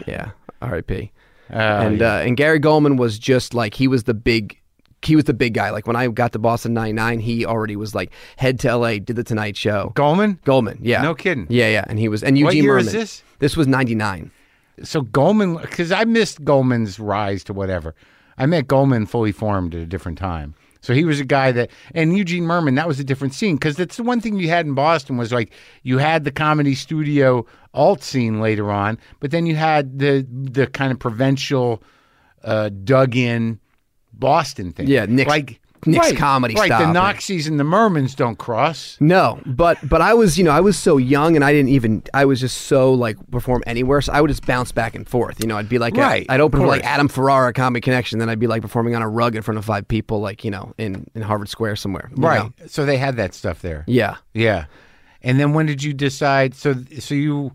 C: yeah. R.I.P.
A: Oh,
C: and
A: yeah.
C: uh, and Gary Goldman was just like he was the big. He was the big guy. Like when I got to Boston '99, he already was like head to LA, did the Tonight Show.
A: Goldman.
C: Goldman, yeah,
A: No kidding.
C: yeah, yeah. And he was and Eugene
A: What year
C: Merman.
A: is this?
C: was '99.
A: So Goldman, because I missed Goldman's rise to whatever. I met Goldman fully formed at a different time. So he was a guy that, and Eugene Merman, that was a different scene because that's the one thing you had in Boston was like you had the comedy studio alt scene later on, but then you had the the kind of provincial, uh, dug in Boston thing.
C: Yeah, Nick's-
A: like
C: Nick's
A: right,
C: comedy
A: Right,
C: style.
A: the Noxies and the Mermans don't cross.
C: No, but but I was you know I was so young and I didn't even I was just so like perform anywhere so I would just bounce back and forth you know I'd be like
A: Right,
C: i I'd open
A: of
C: for like
A: course.
C: Adam Ferrara at Comedy Connection then I'd be like performing on a rug in front of five people like you know in in Harvard Square somewhere you
A: Right.
C: know?
A: So they had that stuff there.
C: yeah
A: Yeah. And then when did you decide so so you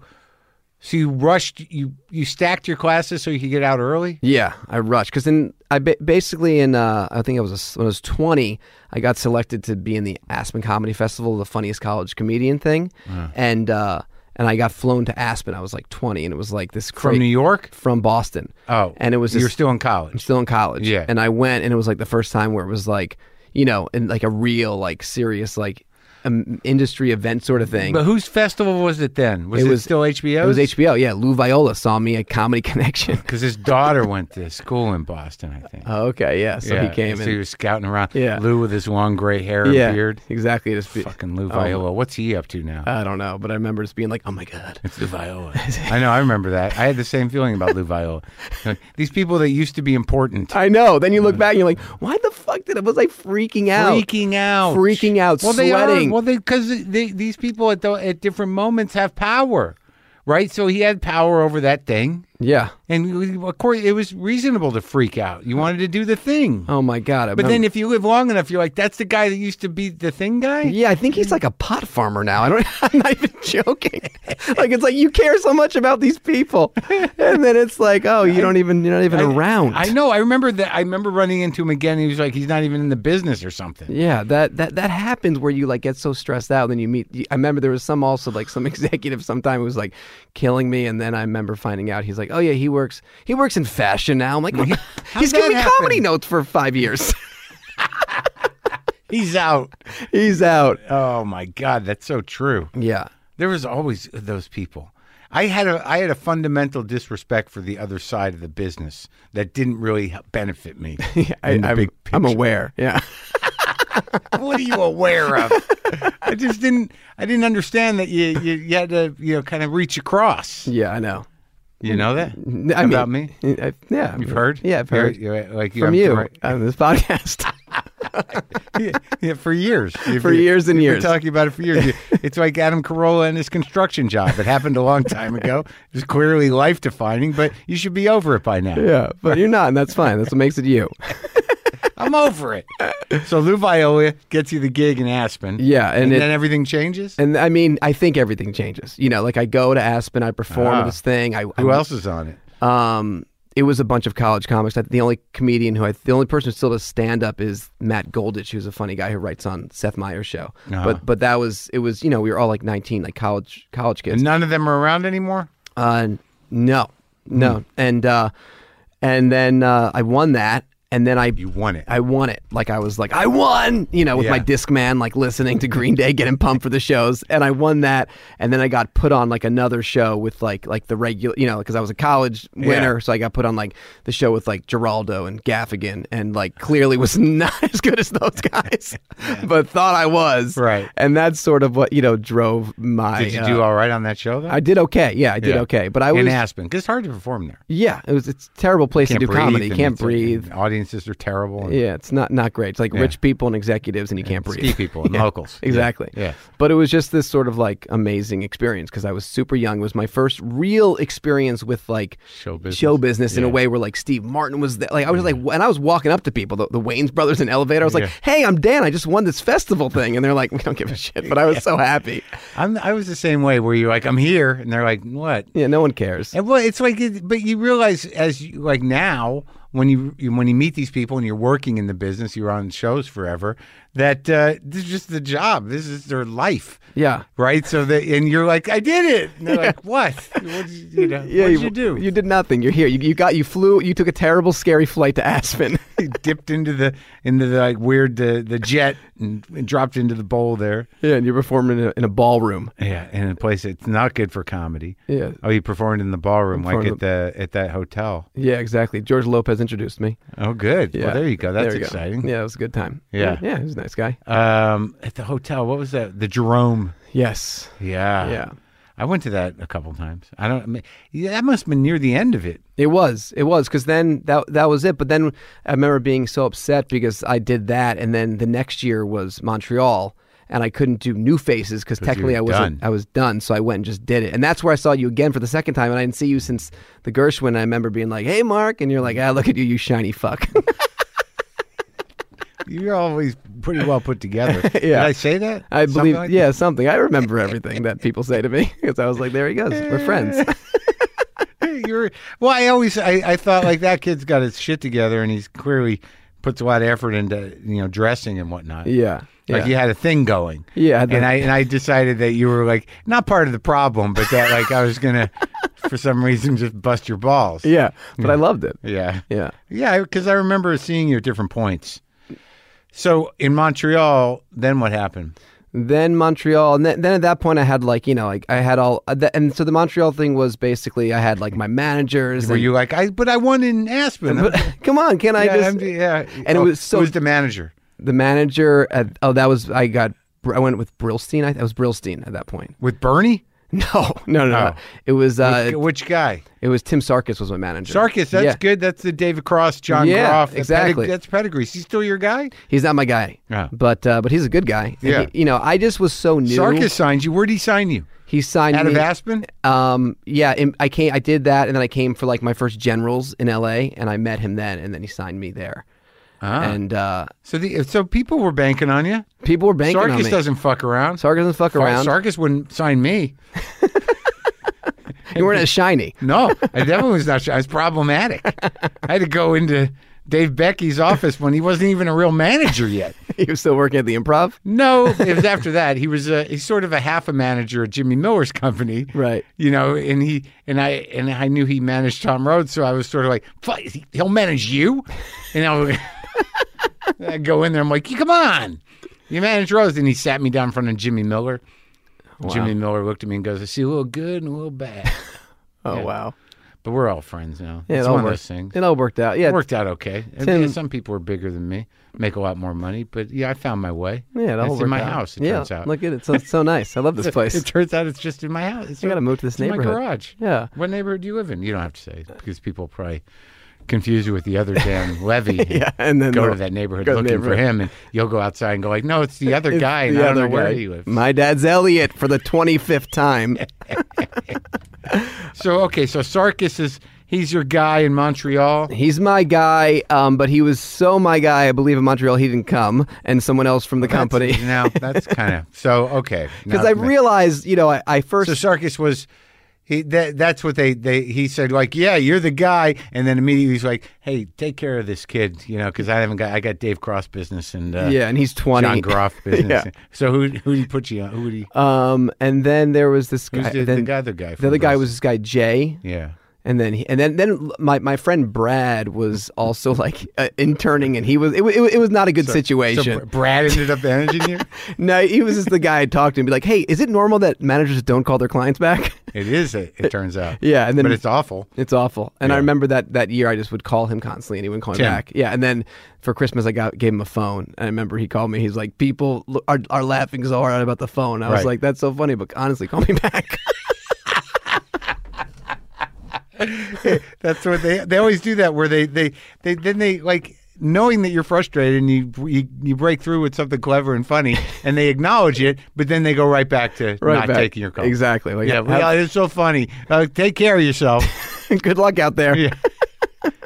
A: so you rushed you you stacked your classes so you could get out early?
C: yeah I rushed because then I ba- basically in uh, I think I was a s when I was twenty I got selected to be in the Aspen Comedy Festival the funniest college comedian thing and uh, and I got flown to Aspen. I was like 20, and it was like this
A: From
C: cra-
A: New York?
C: from Boston.
A: Oh.
C: and it was
A: You're
C: this-
A: still in
C: I'm
A: college.
C: still in college.
A: Yeah.
C: And I went, and it was like the first time where it was like, you know, in like a real, like serious, like um, industry event sort of thing.
A: But whose festival was it then? Was it,
C: It was-
A: still HBO?
C: it was HBO. Yeah. Lou Viola saw me at Comedy Connection.
A: Because his daughter went to school in Boston, I think.
C: Oh, okay. Yeah. So
A: Yeah,
C: he came
A: so
C: in.
A: he was scouting around.
C: Yeah.
A: Lou with his long gray hair and
C: yeah.
A: beard.
C: Exactly. Just be- Oh. Uh,
A: Fucking Lou Viola. What's he up to now?
C: I don't know, but I remember just being like, oh my God.
A: It's Lou Viola. I know. I remember that. I had the same feeling about Lou Viola. Like, these people that used to be important,
C: I know. Then you look back and you're like, why the fuck did I was I freaking out?
A: freaking out,
C: Freaking out,
A: Well, they
C: sweating.
A: are. Well, they because they, these people at the, at different moments have power, right? So he had power over that thing,
C: Yeah.
A: and we- of course, it was reasonable to freak out. You wanted to do the thing,
C: Oh my God. I
A: but then
C: remember-
A: if you live long enough, you're like, that's the guy that used to be the thing guy.
C: Yeah, I think he's like a pot farmer now. I don't. I'm not even joking. Like it's like you care so much about these people, and then it's like, oh, you don't even you're not even around.
A: I know. I remember that. I remember running into him again. He was like, he's not even in the business or something.
C: Yeah, that, that that happens where you like get so stressed out, and then you meet. you- I remember there was some also like some executive sometime who was like killing me, and then I remember finding out he's like, oh yeah, he works he works in fashion now. I'm like, what?
A: how'd
C: he's giving
A: that
C: me
A: happen?
C: comedy notes for five years.
A: He's out.
C: he's out.
A: Oh my God, that's so true.
C: Yeah,
A: There was always those people. I had a I had a fundamental disrespect for the other side of the business that didn't really h- benefit me.
C: I,
A: in the
C: am
A: big
C: I'm aware. Yeah,
A: what are you aware of? I just didn't I didn't understand that you you, you had to you know kind of reach across.
C: yeah, I know.
A: You know that
C: I mean-
A: about me?
C: I- yeah,
A: You've heard?
C: Yeah, I've heard.
A: You're- you're- like
C: from
A: have
C: you
A: direct-
C: on this podcast.
A: yeah, yeah, for years. If
C: For
A: you-
C: years and
A: you've been
C: years.
A: talking about it for years. You- it's like Adam Carolla and his construction job. It happened a long time ago. It's clearly life defining, but you should be over it by now.
C: yeah, but you're not, and that's fine. That's what makes it you.
A: I'm over it. So Lou Viola gets you the gig in Aspen.
C: Yeah, and it-
A: then everything changes.
C: And I mean, I think everything changes. You know, like I go to Aspen, I perform
A: Ah.
C: this thing. I
A: Who
C: I-
A: else is on it?
C: Um, it was a bunch of college comics. I, the only comedian who I, the only person who still does stand up is Matt Goldich, who's a funny guy who writes on Seth Meyers' show.
A: Uh-huh.
C: But but that was it was you know we were all like 19, like college college kids.
A: And none of them are around anymore.
C: Uh, no, no,
A: Hmm.
C: and uh, and then uh, I won that, and then I
A: You won it.
C: I won it. Like I was like, I won, you know, with my
A: Yeah.
C: disc man, like listening to Green Day, getting pumped for the shows, and I won that. And then I got put on like another show with like like the regular, you know, because I was a college winner, so I got put on like the show with like Geraldo and Gaffigan, and like clearly was not as good as those guys, but thought I was
A: Right.
C: And that's sort of what you know drove my.
A: did you
C: uh,
A: do all right on that show though?
C: I did okay. Yeah, I did
A: Yeah.
C: okay, but I was
A: in Aspen, 'cause it's hard to perform there.
C: yeah. It was it's a terrible place to do comedy.
A: and
C: Can't
A: it's- uh,
C: breathe.
A: and Audiences are terrible. and
C: Yeah, it's not not great. It's like rich people and executives, and you can't breathe.
A: Ski people and locals. Yeah.
C: Exactly.
A: Yeah.
C: But it was just this sort of like amazing experience because I was super young. It was my first real experience with like
A: Show business.
C: show business in a
A: Yeah. Mm.
C: way where like Steve Martin was there. Like I was like, and I was walking up to people, the, the Wayne's brothers in elevator. I was like,
A: Yeah.
C: hey, I'm Dan. I just won this festival thing. And they're like, we don't give a shit. But I was so happy.
A: I'm, I was the same way where you're like, I'm here. And they're like, what?
C: Yeah, no one cares.
A: And well, it's like, it, but you realize as you, like now when you, you when you meet these people and you're working in the business, you're on shows forever. That uh, this is just the job. This is their life,
C: Yeah.
A: right? So they and you're like, I did it. And they're like, what? What did you, you know, what did uh, you, do?
C: You did nothing. You're here. You, you got you flew. You took a terrible, scary flight to Aspen.
A: You dipped into the into the like weird uh, the jet and, and dropped into the bowl there.
C: yeah, and you're performing in a, in a ballroom.
A: Yeah, in a place that's not good for comedy.
C: Yeah.
A: Oh, you performed in the ballroom, like
C: Performed
A: at the at that hotel.
C: Yeah, exactly. George Lopez introduced me.
A: Oh, good.
C: Yeah.
A: Well, there you go. That's
C: There we go.
A: exciting.
C: Yeah, it was a good time.
A: Yeah.
C: Yeah, he was a nice guy.
A: um, at the hotel. What was that? The Jerome.
C: Yes.
A: Yeah.
C: Yeah.
A: I went to that a couple times. I don't. I mean, yeah, that must have been near the end of it.
C: It was. It was because then that that was it. But then I remember being so upset because I did that, and then the next year was Montreal, and I couldn't do New Faces because technically
A: were
C: I wasn't.
A: done.
C: I was done, so I went and just did it, and that's where I saw you again for the second time, and I didn't see you since the Gershwin. And I remember being like, "Hey, Mark," and you're like, "Ah, look at you, you shiny fuck."
A: You're always pretty well put together. yeah. Did
C: Yeah.
A: I say that?
C: I
A: Something
C: believe,
A: like
C: yeah, something. I remember everything that people say to me because I was like, "There he goes, we're friends."
A: that? You're well. I always I, I thought like that kid's got his shit together, and he's clearly puts a lot of effort into you know dressing and whatnot.
C: Yeah.
A: Like you had a thing going.
C: Yeah, the-
A: And I and I decided that you were like not part of the problem, but that like I was gonna for some reason just bust your balls.
C: yeah. But I
A: Mm.
C: loved it.
A: Yeah.
C: Yeah.
A: Yeah, because I remember seeing you at different points. So in Montreal, then what happened?
C: then Montreal, and then, then at that point I had like you know like I had all, uh, th- and so the Montreal thing was basically I had like my managers.
A: Were
C: and-
A: you like I? But I won in Aspen.
C: But, come on, can I
A: yeah,
C: just?
A: I'm- yeah.
C: and it
A: Oh,
C: was so-
A: Who's the manager?
C: the manager at oh that was I got Br- I went with Brillstein. I, I was Brillstein at that point.
A: With Bernie?
C: No, no, no, no.
A: Oh.
C: it was uh, it,
A: Which guy?
C: was Tim Sarkis was my manager.
A: Sarkis. That's
C: yeah.
A: good. That's the David Cross, John
C: Yeah,
A: Groff. the
C: exactly.
A: Pedig- that's pedigree. Is he still your guy?
C: He's not my guy,
A: Yeah.
C: but uh, but he's a good guy. And
A: Yeah.
C: he- you know I just was so new.
A: Sarkis signed you. Where'd he sign you?
C: he signed
A: Out of
C: me-
A: Aspen?
C: Um, yeah, and I came, I did that, and then I came for like my first generals in LA, and I met him then, and then he signed me there.
A: Ah.
C: And uh,
A: So the so people were banking on you.
C: people were banking on
A: Sarkis
C: me.
A: doesn't fuck around.
C: Sarkis doesn't fuck around.
A: Sarkis wouldn't sign me.
C: you weren't as shiny.
A: No, I definitely was not. sure. I was problematic. I had to go into Dave Becky's office when he wasn't even a real manager yet.
C: he was still working at the improv.
A: No, it was after that. He was a, he's sort of a half a manager at Jimmy Miller's company,
C: Right.
A: You know, and he and I and I knew he managed Tom Rhodes, so I was sort of like, "Fuck, he'll manage you," and I would I'd go in there. I'm like, "Come on, you manage Rhodes," and he sat me down in front of Jimmy Miller. Jimmy Miller looked at me and goes, "I see a little good and a little bad."
C: Oh wow,
A: But we're all friends now.
C: Yeah, it
A: it's
C: all
A: one of
C: worked-
A: those things.
C: It all worked out. Yeah,
A: It worked out okay. And,
C: Tim-
A: yeah, some people are bigger than me, make a lot more money, but yeah, I found my way.
C: yeah, it all
A: it's
C: worked
A: in my
C: out.
A: house. It
C: yeah,
A: turns out.
C: look at it. So so nice. I love this place.
A: It turns out it's just in my house. It's
C: I gotta
A: in-
C: move to this
A: it's in
C: neighborhood.
A: My garage.
C: Yeah.
A: What neighborhood do you live in? You don't have to say because people probably confuse you with the other damn Levy. and
C: yeah, and then
A: Go
C: the-
A: to that neighborhood
C: go to
A: looking
C: the
A: for
C: neighborhood.
A: him, and you'll go outside and go like, "No, it's the other
C: It's
A: guy." And
C: the
A: I don't
C: other
A: know where
C: guy.
A: he lives.
C: My dad's Elliot for the twenty fifth time.
A: so okay, so Sarkis is he's your guy in Montreal.
C: He's my guy, um, but he was so my guy. I believe in Montreal he didn't come, and someone else from the company.
A: now that's kind of so okay
C: Because
A: now-
C: I realized, you know, I, I
A: So
C: first
A: Sarkis was he that that's what they they he said like yeah you're the guy and then immediately he's like hey take care of this kid you know because I haven't got I got Dave Cross business and uh,
C: yeah, and he's twenty.
A: John Groff business
C: Yeah.
A: so who who did he put you on who did he
C: Um, and then there was this guy.
A: who's the,
C: Uh, then
A: the other guy
C: the
A: from
C: other guy
A: Boston?
C: was this guy Jay,
A: yeah
C: and then he, and then then my, my friend Brad was also like uh, interning, and he was it, wa- it, wa- it was not a good
A: so
C: situation.
A: Br- Brad ended up managing you
C: no, he was just the guy I talked to and be like, hey, is it normal that managers don't call their clients back?
A: it is it, it turns out
C: yeah, and then
A: but it's awful
C: It's awful. And I remember that that year I just would call him constantly and he wouldn't call me
A: Tim.
C: back. Yeah. And then for Christmas, I got gave him a phone. And I remember he called me. He's like, people lo- are, are laughing so hard about the phone. I was
A: Right.
C: like, that's so funny, but honestly, call me back.
A: that's what they they always do that where they they they then they like knowing that you're frustrated and you, you you break through with something clever and funny and they acknowledge it but then they go right back to
C: Right
A: not
C: back.
A: taking your call
C: Exactly. Like,
A: yeah,
C: have-
A: well, it's so funny uh, take care of yourself
C: good luck out there.
A: yeah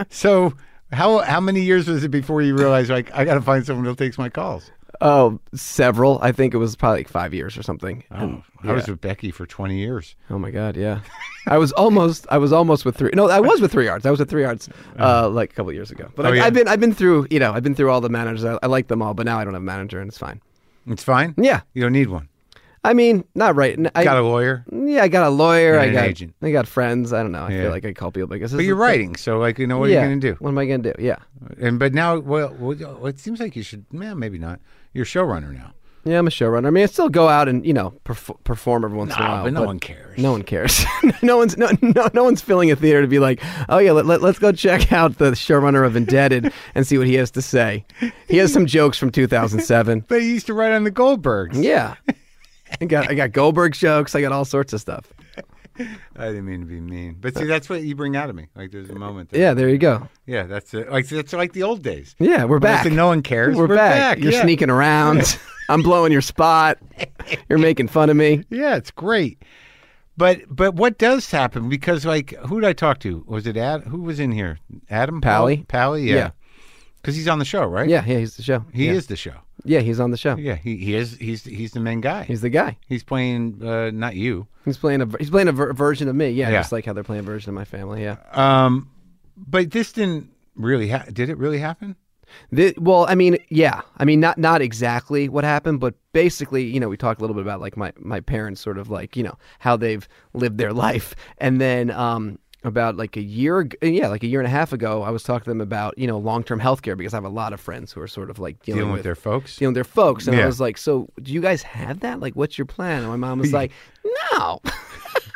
A: so how how many years was it before you realized like I got to find someone who takes my calls
C: Oh, several. I think it was probably like five years or something.
A: Oh.
C: And-
A: I was with Becky for 20 years
C: Oh my God, yeah. I was almost, I was almost with three. No, I was with three yards. I was with three yards, uh, like a couple years ago. But
A: Oh,
C: I,
A: yeah.
C: I've been, I've been through, you know, I've been through all the managers. I, I like them all, but now I don't have a manager, and it's fine.
A: it's fine
C: Yeah.
A: you don't need one
C: I mean, not right. n- I,
A: got a lawyer
C: yeah, I got a lawyer.
A: And
C: I
A: an
C: got
A: agent.
C: I got friends. I don't know. I
A: Yeah.
C: feel like I call people because.
A: but you're writing so like you know what
C: yeah.
A: are you going to do
C: What am I gonna do? Yeah.
A: And but now, well, well, it seems like you should. Yeah, maybe not. You're a showrunner now.
C: Yeah, I'm a showrunner. I mean, I still go out and you know perf- perform every once in a
A: Ah,
C: while.
A: but no one cares.
C: No one cares. no one's no, no no one's filling a theater to be like, oh yeah, let, let, let's go check out the showrunner of Indebted and see what he has to say. He has some jokes from 2007.
A: But he used to write on the Goldbergs.
C: Yeah, I got I got Goldberg jokes. I got all sorts of stuff.
A: I didn't mean to be mean, but see, that's what you bring out of me. Like there's a moment. There.
C: Yeah, there you go.
A: yeah, that's it. Like that's like the old days.
C: Yeah, we're
A: When I
C: back.
A: said no one cares.
C: We're, back. You're
A: yeah.
C: sneaking around. I'm blowing your spot. You're making fun of me.
A: Yeah, it's great. But but what does happen? Because like, who did I talk to? Was it Ad? Who was in here? Adam
C: Pally.
A: Pally, yeah.
C: Yeah.
A: Because he's on the show, right?
C: Yeah, yeah, he's the show.
A: He
C: yeah.
A: is the show.
C: Yeah, he's on the show.
A: Yeah, he, he is. He's he's the main guy.
C: He's the guy.
A: he's playing uh, not you.
C: He's playing a he's playing a ver- version of me. Yeah,
A: Yeah.
C: just like how they're playing a version of my family. Yeah.
A: Um, but this didn't really ha- did it really happen?
C: Thi- well, I mean, yeah, I mean, not not exactly what happened, but basically, you know, we talked a little bit about like my my parents, sort of like you know how they've lived their life, and then um, about like a year, ag- yeah, like a year and a half ago, I was talking to them about you know long term healthcare because I have a lot of friends who are sort of like dealing,
A: Dealing with their folks?
C: dealing with their folks, and
A: Yeah.
C: I was like, so do you guys have that? Like, what's your plan? And my mom was like, no.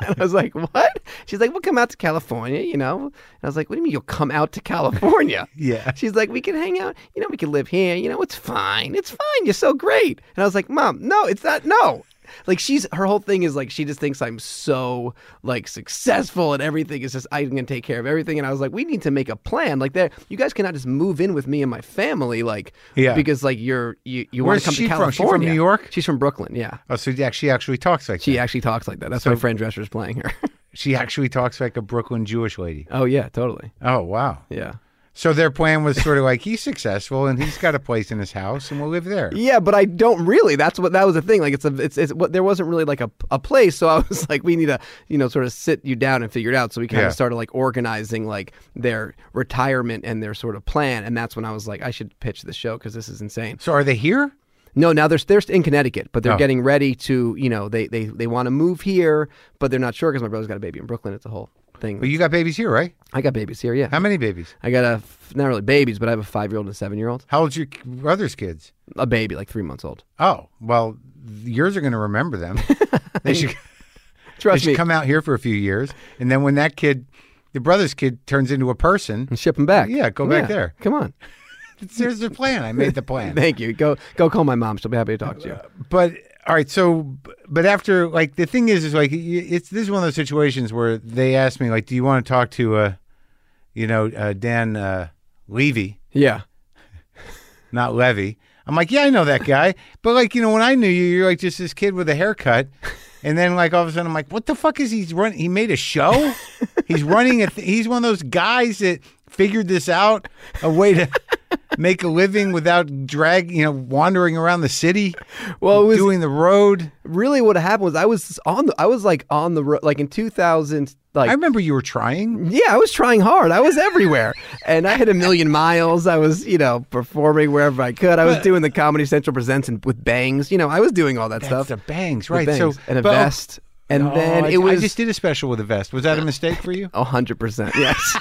C: And I was like, "What?" She's like, "We'll come out to California, you know." And I was like, "What do you mean you'll come out to California?"
A: Yeah.
C: She's like, we can hang out. You know, we can live here. You know, it's fine. It's fine. You're so great. And I was like, Mom, no, it's not. No. Like she's her whole thing is like she just thinks I'm so like successful and everything is just I'm gonna take care of everything and I was like we need to make a plan like there you guys cannot just move in with me and my family like
A: Yeah.
C: because like you're you you want
A: Where's
C: to come
A: she
C: to
A: from? She
C: California
A: from New York?
C: she's from Brooklyn yeah
A: Oh, so yeah, she actually talks like
C: she
A: that.
C: actually talks like that that's why Fran Drescher's playing her
A: She actually talks like a Brooklyn Jewish lady.
C: oh yeah totally
A: Oh, wow.
C: yeah
A: So their plan was sort of like he's successful and he's got a place in his house and we'll live there.
C: Yeah, but I don't really. That's what that was the thing. Like it's a it's, it's what there wasn't really like a, a place. So I was like, we need to you know sort of sit you down and figure it out. So we kind
A: Yeah.
C: of started like organizing like their retirement and their sort of plan. And that's when I was like, I should pitch the show because this is insane.
A: So are they here?
C: No, now they're they're in Connecticut, but they're
A: Oh.
C: getting ready to you know they they they want to move here, but they're not sure because my brother's got a baby in Brooklyn. It's a whole thing.
A: But you got babies here, right?
C: I got babies here. Yeah,
A: How many babies?
C: I got a f- not really babies, but I have a five year old and a seven year old.
A: How old's your k- brother's kids?
C: A baby like three months old.
A: Oh, well, yours are going to remember them. they should, they
C: Trust
A: should
C: me.
A: come out here for a few years. And then when that kid, the brother's kid, turns into a person,
C: and ship them back.
A: Yeah, go back there.
C: Come on.
A: there's the plan. I made the plan.
C: Thank you. Go go call my mom. She'll be happy to talk to you.
A: But all right, so b- but after like the thing is is like y- it's this is one of those situations where they asked me like, do you want to talk to uh, you know, uh, Dan uh, Levy,
C: Yeah.
A: not Levy? I'm like, yeah, I know that guy, but like you know, when I knew you, you're like just this kid with a haircut, and then like all of a sudden I'm like, what the fuck is he running? He made a show. he's running a. Th- he's one of those guys that figured this out a way to. Make a living without drag, you know, wandering around the city,
C: Well, it was
A: doing the road.
C: really what happened was I was on the I was like on the road like in 2000 like
A: I remember you were trying.
C: yeah, I was trying hard. I was everywhere. and I had a million miles. I was, you know, performing wherever I could. I was doing the Comedy Central presents and with bangs. You know, I was doing all that
A: That's
C: stuff.
A: the bangs,
C: Mm, The
A: right?
C: bangs
A: So
C: and a
A: but-
C: vest. And
A: Oh,
C: then
A: I-
C: it was
A: I just did a special with a vest. Was that a mistake for you?
C: a 100%. Yes.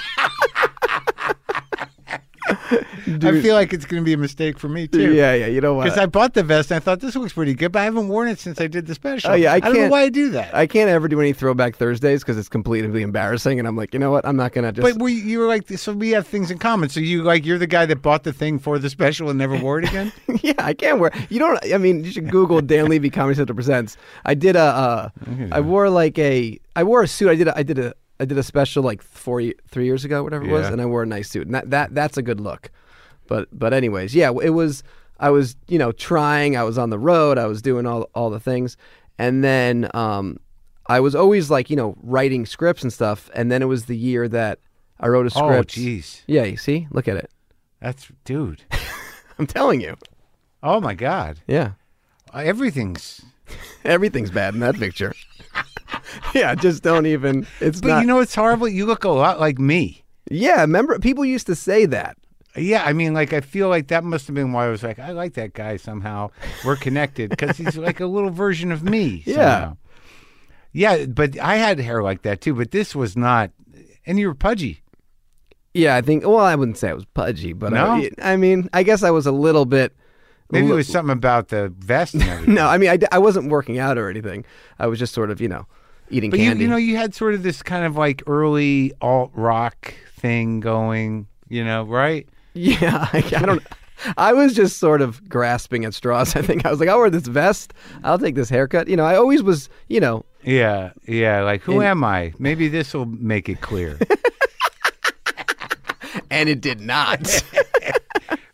A: I feel like it's going to be a mistake for me too.
C: yeah, yeah, you know what?
A: Because I bought the vest and I thought this looks pretty good, but I haven't worn it since I did the special.
C: Oh, yeah, I
A: don't know
C: can't-
A: why I do that.
C: I can't ever do any throwback Thursdays because it's completely embarrassing, and I'm like, you know what? I'm not gonna just.
A: but we, you were like, so we have things in common. So you like, you're the guy that bought the thing for the special and never wore it again.
C: yeah, I can't wear. You don't. I mean, you should Google Dan Levy Comedy Central presents. I did a. Uh, I wore like a. I wore a suit. I did. A, I did a. I did a special like four, ye- three years ago, whatever it was,
A: Yeah.
C: and I wore a nice suit, and that, that that's a good look. But but anyways, yeah, it was. I was you know trying. I was on the road. I was doing all all the things, and then um, I was always like you know writing scripts and stuff, and then it was the year that I wrote a
A: oh,
C: script.
A: jeez,
C: Yeah, you see, look at it.
A: that's dude.
C: I'm telling you.
A: Oh my God,
C: Yeah.
A: Uh, everything's.
C: Everything's bad in that picture. yeah, just don't even. It's
A: But
C: not.
A: you know what's horrible? You look a lot like me.
C: yeah, remember people used to say that.
A: Yeah, I mean, like I feel like that must have been why I was like, I like that guy somehow. We're connected because he's like a little version of me.
C: Yeah.
A: somehow. yeah, but I had hair like that too. But this was not, and you were pudgy.
C: Yeah, I think. Well, I wouldn't say I was pudgy, but
A: No?
C: I, I mean, I guess I was a little bit.
A: Maybe it was something about the vest. And everything.
C: No, I mean, I, d- I wasn't working out or anything. I was just sort of, you know, eating
A: but you,
C: candy.
A: you know, you had sort of this kind of like early alt rock thing going. You know, right?
C: yeah, I, I don't. I was just sort of grasping at straws. I think I was like, I'll wear this vest. I'll take this haircut. You know, I always was, you know,
A: Yeah, yeah. Like, who
C: And-
A: am I? Maybe this will make it clear.
C: and it did not.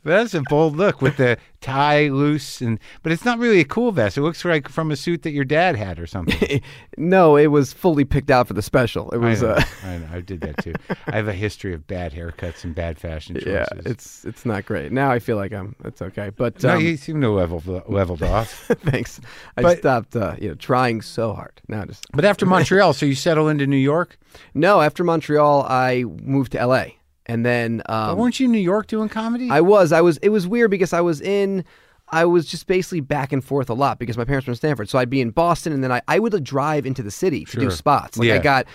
A: But that's a bold look with the tie loose and but it's not really a cool vest. It looks like from a suit that your dad had or something.
C: no, it was fully picked out for the special. It
A: I,
C: was.
A: know,
C: Uh,
A: I, know, I did that too. I have a history of bad haircuts and bad fashion choices.
C: Yeah, it's it's not great. Now I feel like I'm it's okay, but
A: no,
C: um,
A: you seem to level leveled off.
C: thanks. I
A: But-
C: stopped, uh, you know, trying so hard. Now I just
A: But after Montreal, so you settle into New York.
C: no. After Montreal, I moved to L.A. and then um,
A: weren't you in New York doing comedy?
C: I was. I was. It was weird because I was in. I was just basically back and forth a lot because my parents were in Stanford. So I'd be in Boston and then I, I would drive into the city to do
A: Sure.
C: spots. Like I
A: Yeah.
C: got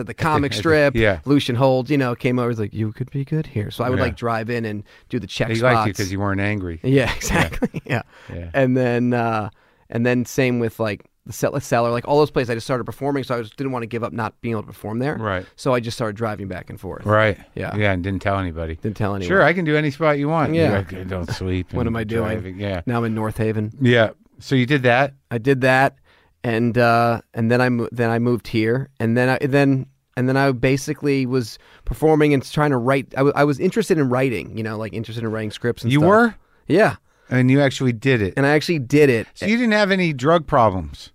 C: at the comic strip.
A: yeah.
C: Lucian Hold, you know, came over was like, you could be good here. So I would
A: Yeah.
C: like drive in and do the check
A: he
C: spots.
A: liked you because you weren't angry.
C: Yeah, exactly. Yeah.
A: Yeah.
C: And then uh and then same with like the Settler Cellar, like all those places I just started performing, so I just didn't want to give up not being able to perform there.
A: Right.
C: So I just started driving back and forth.
A: Right.
C: Yeah.
A: Yeah, and didn't tell anybody.
C: Didn't tell anyone.
A: Sure, I can do any spot you want.
C: Yeah.
A: You're like, don't sleep.
C: What
A: and
C: am I doing?
A: driving. Yeah.
C: Now I'm in North Haven.
A: Yeah. So you did that.
C: I did that, and uh, and then I mo- then I moved here, and then I then and then I basically was performing and trying to write. I, w- I was interested in writing, you know, like interested in writing scripts. and
A: You
C: stuff.
A: were,
C: yeah.
A: and you actually did it.
C: And I actually did it.
A: So you didn't have any drug problems.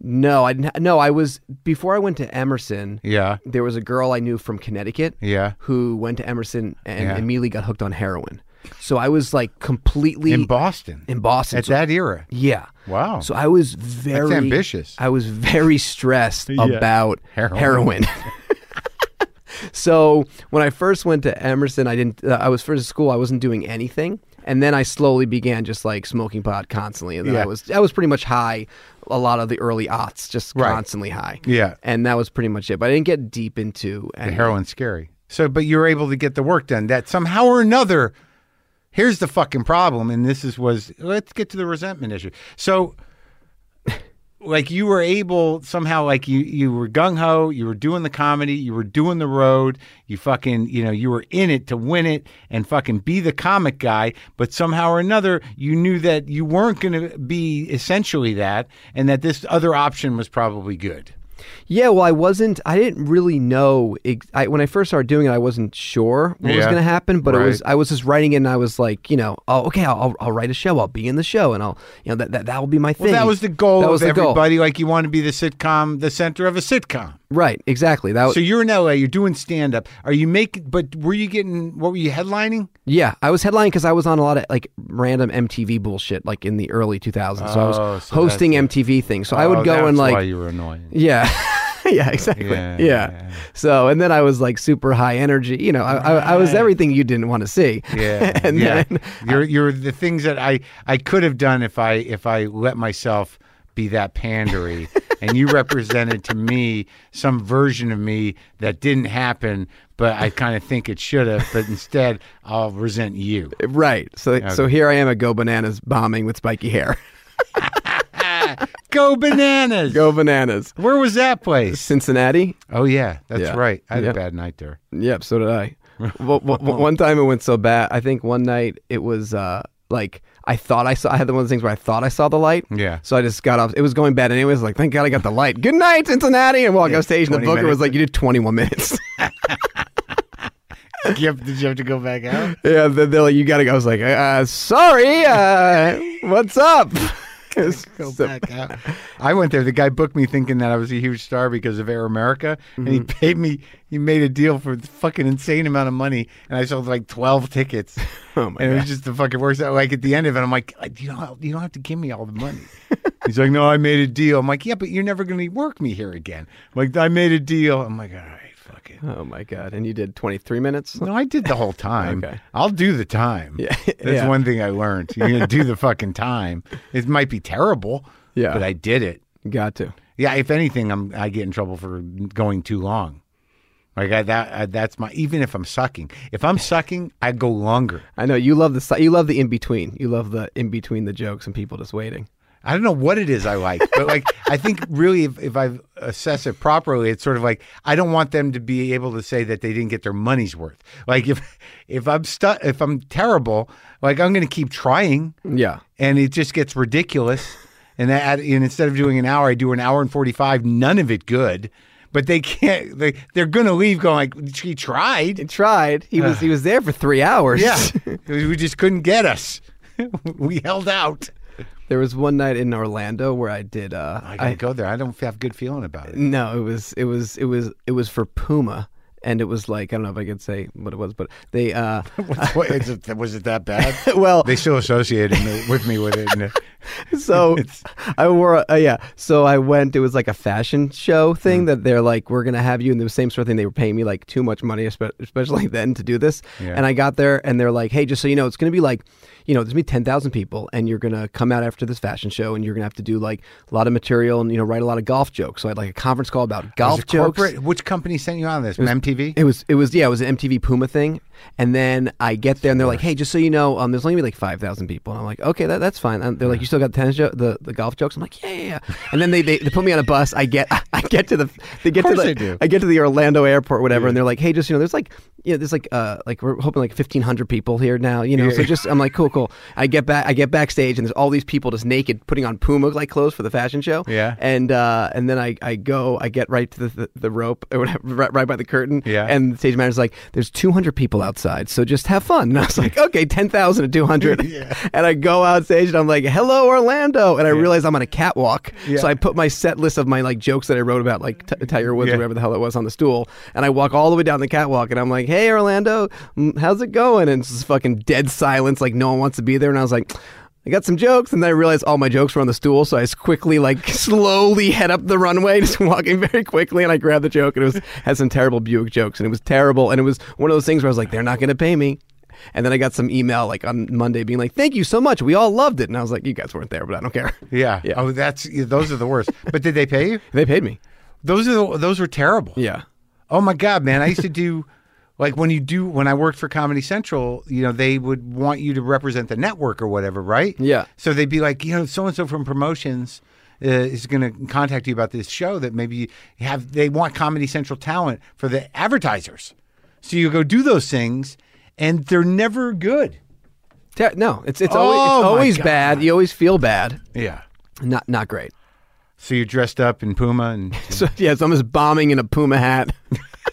C: No, I didn't ha- no, I was before I went to Emerson.
A: Yeah.
C: There was a girl I knew from Connecticut
A: Yeah.
C: who went to Emerson and
A: Yeah.
C: immediately got hooked on heroin. So I was like completely
A: In Boston.
C: in Boston.
A: At
C: So-
A: that era.
C: yeah.
A: Wow.
C: So I was very
A: ambitious.
C: I was very stressed about
A: Heroin.
C: heroin. so when I first went to Emerson, I didn't. Uh, I was first at school. I wasn't doing anything, and then I slowly began just like smoking pot constantly, and then
A: Yeah.
C: I was I was pretty much high. A lot of the early aughts, just
A: Right.
C: constantly high.
A: Yeah.
C: and that was pretty much it. But I didn't get deep into
A: The
C: any-
A: heroin's scary. So, but you were able to get the work done. That somehow or another, here's the fucking problem. And this is was let's get to the resentment issue. So, like you were able somehow, like you you were gung ho. You were doing the comedy. You were doing the road. You fucking you know you were in it to win it and fucking be the comic guy. But somehow or another, you knew that you weren't going to be essentially that, and that this other option was probably good.
C: Yeah, well, I wasn't. I didn't really know. Ex- I, when I first started doing it, I wasn't sure what was
A: Yeah.
C: going to happen. But it was.
A: Right.
C: I was just writing it, and I was like, you know, oh, okay, I'll, I'll, I'll write a show. I'll be in the show, and I'll, you know, that that that will be my thing.
A: Well, that was the goal
C: That was
A: of
C: the goal.
A: everybody. Like you want to be the sitcom, the center of a sitcom.
C: Right. Exactly. That. Was,
A: So you're in LA. You're doing stand up. Are you making? But were you getting? What were you headlining?
C: yeah, I was headlining because I was on a lot of like random MTV bullshit, like in the early 2000s. so I was
A: Oh, so
C: hosting
A: that's
C: MTV things. So I would go and like.
A: Oh, why you were annoying.
C: Yeah. yeah, exactly.
A: Yeah,
C: Yeah,
A: yeah.
C: So, and then I was like super high energy. You know, I, I, I was everything you didn't want to see.
A: Yeah,
C: and
A: yeah.
C: then
A: you're you're the things that I I could have done if I if I let myself be that pandery. and you represented to me some version of me that didn't happen, but I kind of think it should have. But instead, I'll resent you.
C: Right. So so here I am at Go Bananas bombing with spiky hair.
A: Ah, Go bananas.
C: Go Bananas.
A: Where was that place?
C: Cincinnati?
A: Oh yeah, that's
C: Yeah.
A: right. I had a
C: Yeah.
A: bad night there.
C: Yep, so did I. well, well, one time it went so bad. I think one night it was uh like I thought I saw I had one of those things where I thought I saw the light.
A: Yeah.
C: So I just got off. It was going bad anyways. Like, thank God I got the light. Good night, Cincinnati. And walk off stage and the
A: 20
C: booker
A: minutes.
C: was like, You did twenty one minutes.
A: Did you, have, did you have to go back out?
C: yeah, they're, they're like, you gotta go. I was like, uh, sorry, uh, what's up?
A: Go
C: So-
A: back out. I went there. The guy booked me thinking that I was a huge star because of Air America, and he paid me. He made a deal for a fucking insane amount of money, and I sold like twelve tickets.
C: Oh, my
A: And it was just the fucking worst. Like at the end of it, I'm like, "Uh, you don't, you don't have to give me all the money. He's like, no, I made a deal. I'm like, yeah, but you're never going to work me here again. I'm like I made a deal. I'm like, all right, fuck it.
C: Oh my god. And you did twenty three minutes?
A: No, I did the whole time.
C: Okay.
A: I'll do the time.
C: Yeah.
A: That's
C: Yeah.
A: one thing I learned. You're gonna do the fucking time. It might be terrible.
C: Yeah.
A: But I did it.
C: Got to.
A: Yeah. If anything, I'm I get in trouble for going too long. Like I, that, I, that's my. Even if I'm sucking, if I'm sucking, I go longer.
C: I know you love the si- you love the in between. You love the in between the jokes and people just waiting.
A: I don't know what it is I like, but like I think really, if, if I assess it properly, it's sort of like I don't want them to be able to say that they didn't get their money's worth. Like if if I'm stu- if I'm terrible, like I'm going to keep trying.
C: Yeah.
A: and it just gets ridiculous. And that, and instead of doing an hour, I do an hour and forty five. None of it good, but they can't. They they're gonna leave going like she
C: He
A: tried.
C: tried. He was he was there for 3 hours.
A: Yeah, we just couldn't get us. we held out.
C: there was one night in Orlando where I did uh
A: I gotta go there. I don't have a good feeling about it.
C: no, it was it was it was it was for Puma and it was like I don't know if I could say what it was, but they uh
A: What- what- is it- was it that bad?
C: well
A: They still associated me, with me with it. And,
C: so I wore a, uh, yeah. So I went. It was like a fashion show
A: Mm.
C: thing that they're like, we're gonna have you, and the same sort of thing. They were paying me like too much money, espe- especially then to do this.
A: Yeah.
C: And I got there, and they're like, hey, just so you know, it's gonna be like, you know, there's gonna be ten thousand people, and you're gonna come out after this fashion show, and you're gonna have to do like a lot of material, and you know, write a lot of golf jokes. So I had like a conference call about golf
A: Was it
C: jokes.
A: corporate? Which company sent you on this? MTV?
C: It was it was yeah, it was an MTV Puma thing. And then I get there and they're like, "Hey, just so you know, um, there's only gonna be like five thousand people." And I'm like, "Okay, that, that's fine." And they're like, "You still got the tennis jo- the, the golf jokes?" I'm like, "Yeah, yeah." yeah." And then they, they, they put me on a bus. I get I get to the they get to
A: course
C: the
A: they do.
C: I get to the Orlando airport, whatever, and they're like, "Hey, just you know, there's like you know, there's like uh like we're hoping like 1,500 people here now, you know." So just I'm like, "Cool, cool." I get back I get backstage and there's all these people just naked putting on Puma like clothes for the fashion show.
A: Yeah.
C: And uh and then I, I go I get right to the, the, the rope or whatever, right, right by the curtain.
A: Yeah.
C: And the stage manager's like, there's 200 people outside, so just have fun. And I was like, okay, 10,000 to 200. And I go outstage and I'm like, hello, Orlando. And I realize I'm on a catwalk.
A: Yeah.
C: So I put my set list of my like jokes that I wrote about like t- Tiger Woods
A: Yeah.
C: or whatever the hell it was on the stool. And I walk all the way down the catwalk and I'm like, hey, Orlando, mm, how's it going? And it's just fucking dead silence. Like no one wants to be there. And I was like, I got some jokes, and then I realized all my jokes were on the stool, so I just quickly, like, slowly head up the runway, just walking very quickly, and I grabbed the joke, and it was had some terrible Buick jokes, and it was terrible, and it was one of those things where I was like, they're not going to pay me. And then I got some email like on Monday being like, "Thank you so much. We all loved it." And I was like, "You guys weren't there, but I don't care.
A: yeah.
C: Yeah.
A: Oh, that's yeah, those are the worst. but did they pay you?
C: They paid me."
A: Those are the, those were terrible.
C: Yeah.
A: Oh my god, man! I used to do like when you do when I worked for Comedy Central, you know, they would want you to represent the network or whatever, right?
C: Yeah.
A: So they'd be like, you know, so and so from promotions uh, is going to contact you about this show that maybe you have. They want Comedy Central talent for the advertisers, so you go do those things, and they're never good.
C: Ter- no, it's it's
A: Oh,
C: always
A: my
C: it's always
A: God.
C: bad. You always feel bad.
A: Yeah.
C: Not not great.
A: So you're dressed up in Puma and
C: So yeah, so I'm just bombing in a Puma hat.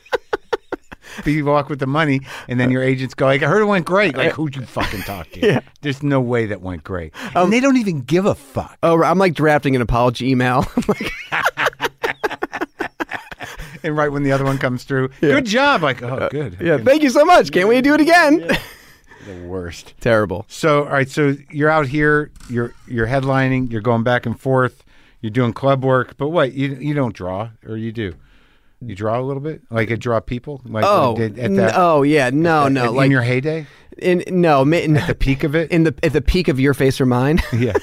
A: you walk with the money, and then your agents go, like, I heard it went great. Like, who'd you fucking talk to?
C: Yeah. Um,
A: There's no way that went great. and they don't even give a fuck.
C: Oh, I'm like drafting an apology email. I'm like,
A: And right when the other one comes through, good job. Like, oh, good.
C: Uh, yeah, thank you so much. Can't wait to do it again.
A: The worst.
C: Terrible.
A: So, all right. So you're out here. You're you're headlining. You're going back and forth. You're doing club work. But what you you don't draw, or you do? You draw a little bit, like you draw people, like you
C: Oh,
A: did
C: n- oh yeah, no, no,
A: in,
C: like
A: in your heyday,
C: in no, ma- in,
A: the peak of it.
C: in the at the peak of your face or mine.
A: yeah.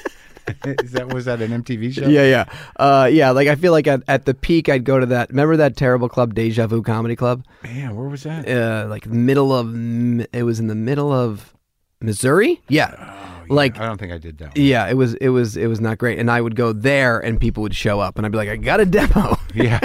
A: Is that was that an MTV show?
C: yeah, yeah, uh, yeah. Like I feel like at, at the peak, I'd go to that. Remember that terrible club, Deja Vu Comedy Club?
A: Man, where was that?
C: Uh, like middle of M- it was in the middle of Missouri.
A: Oh,
C: Yeah, like
A: I don't think I did that. One.
C: yeah, it was it was it was not great. And I would go there, and people would show up, and I'd be like, I got a demo.
A: Yeah.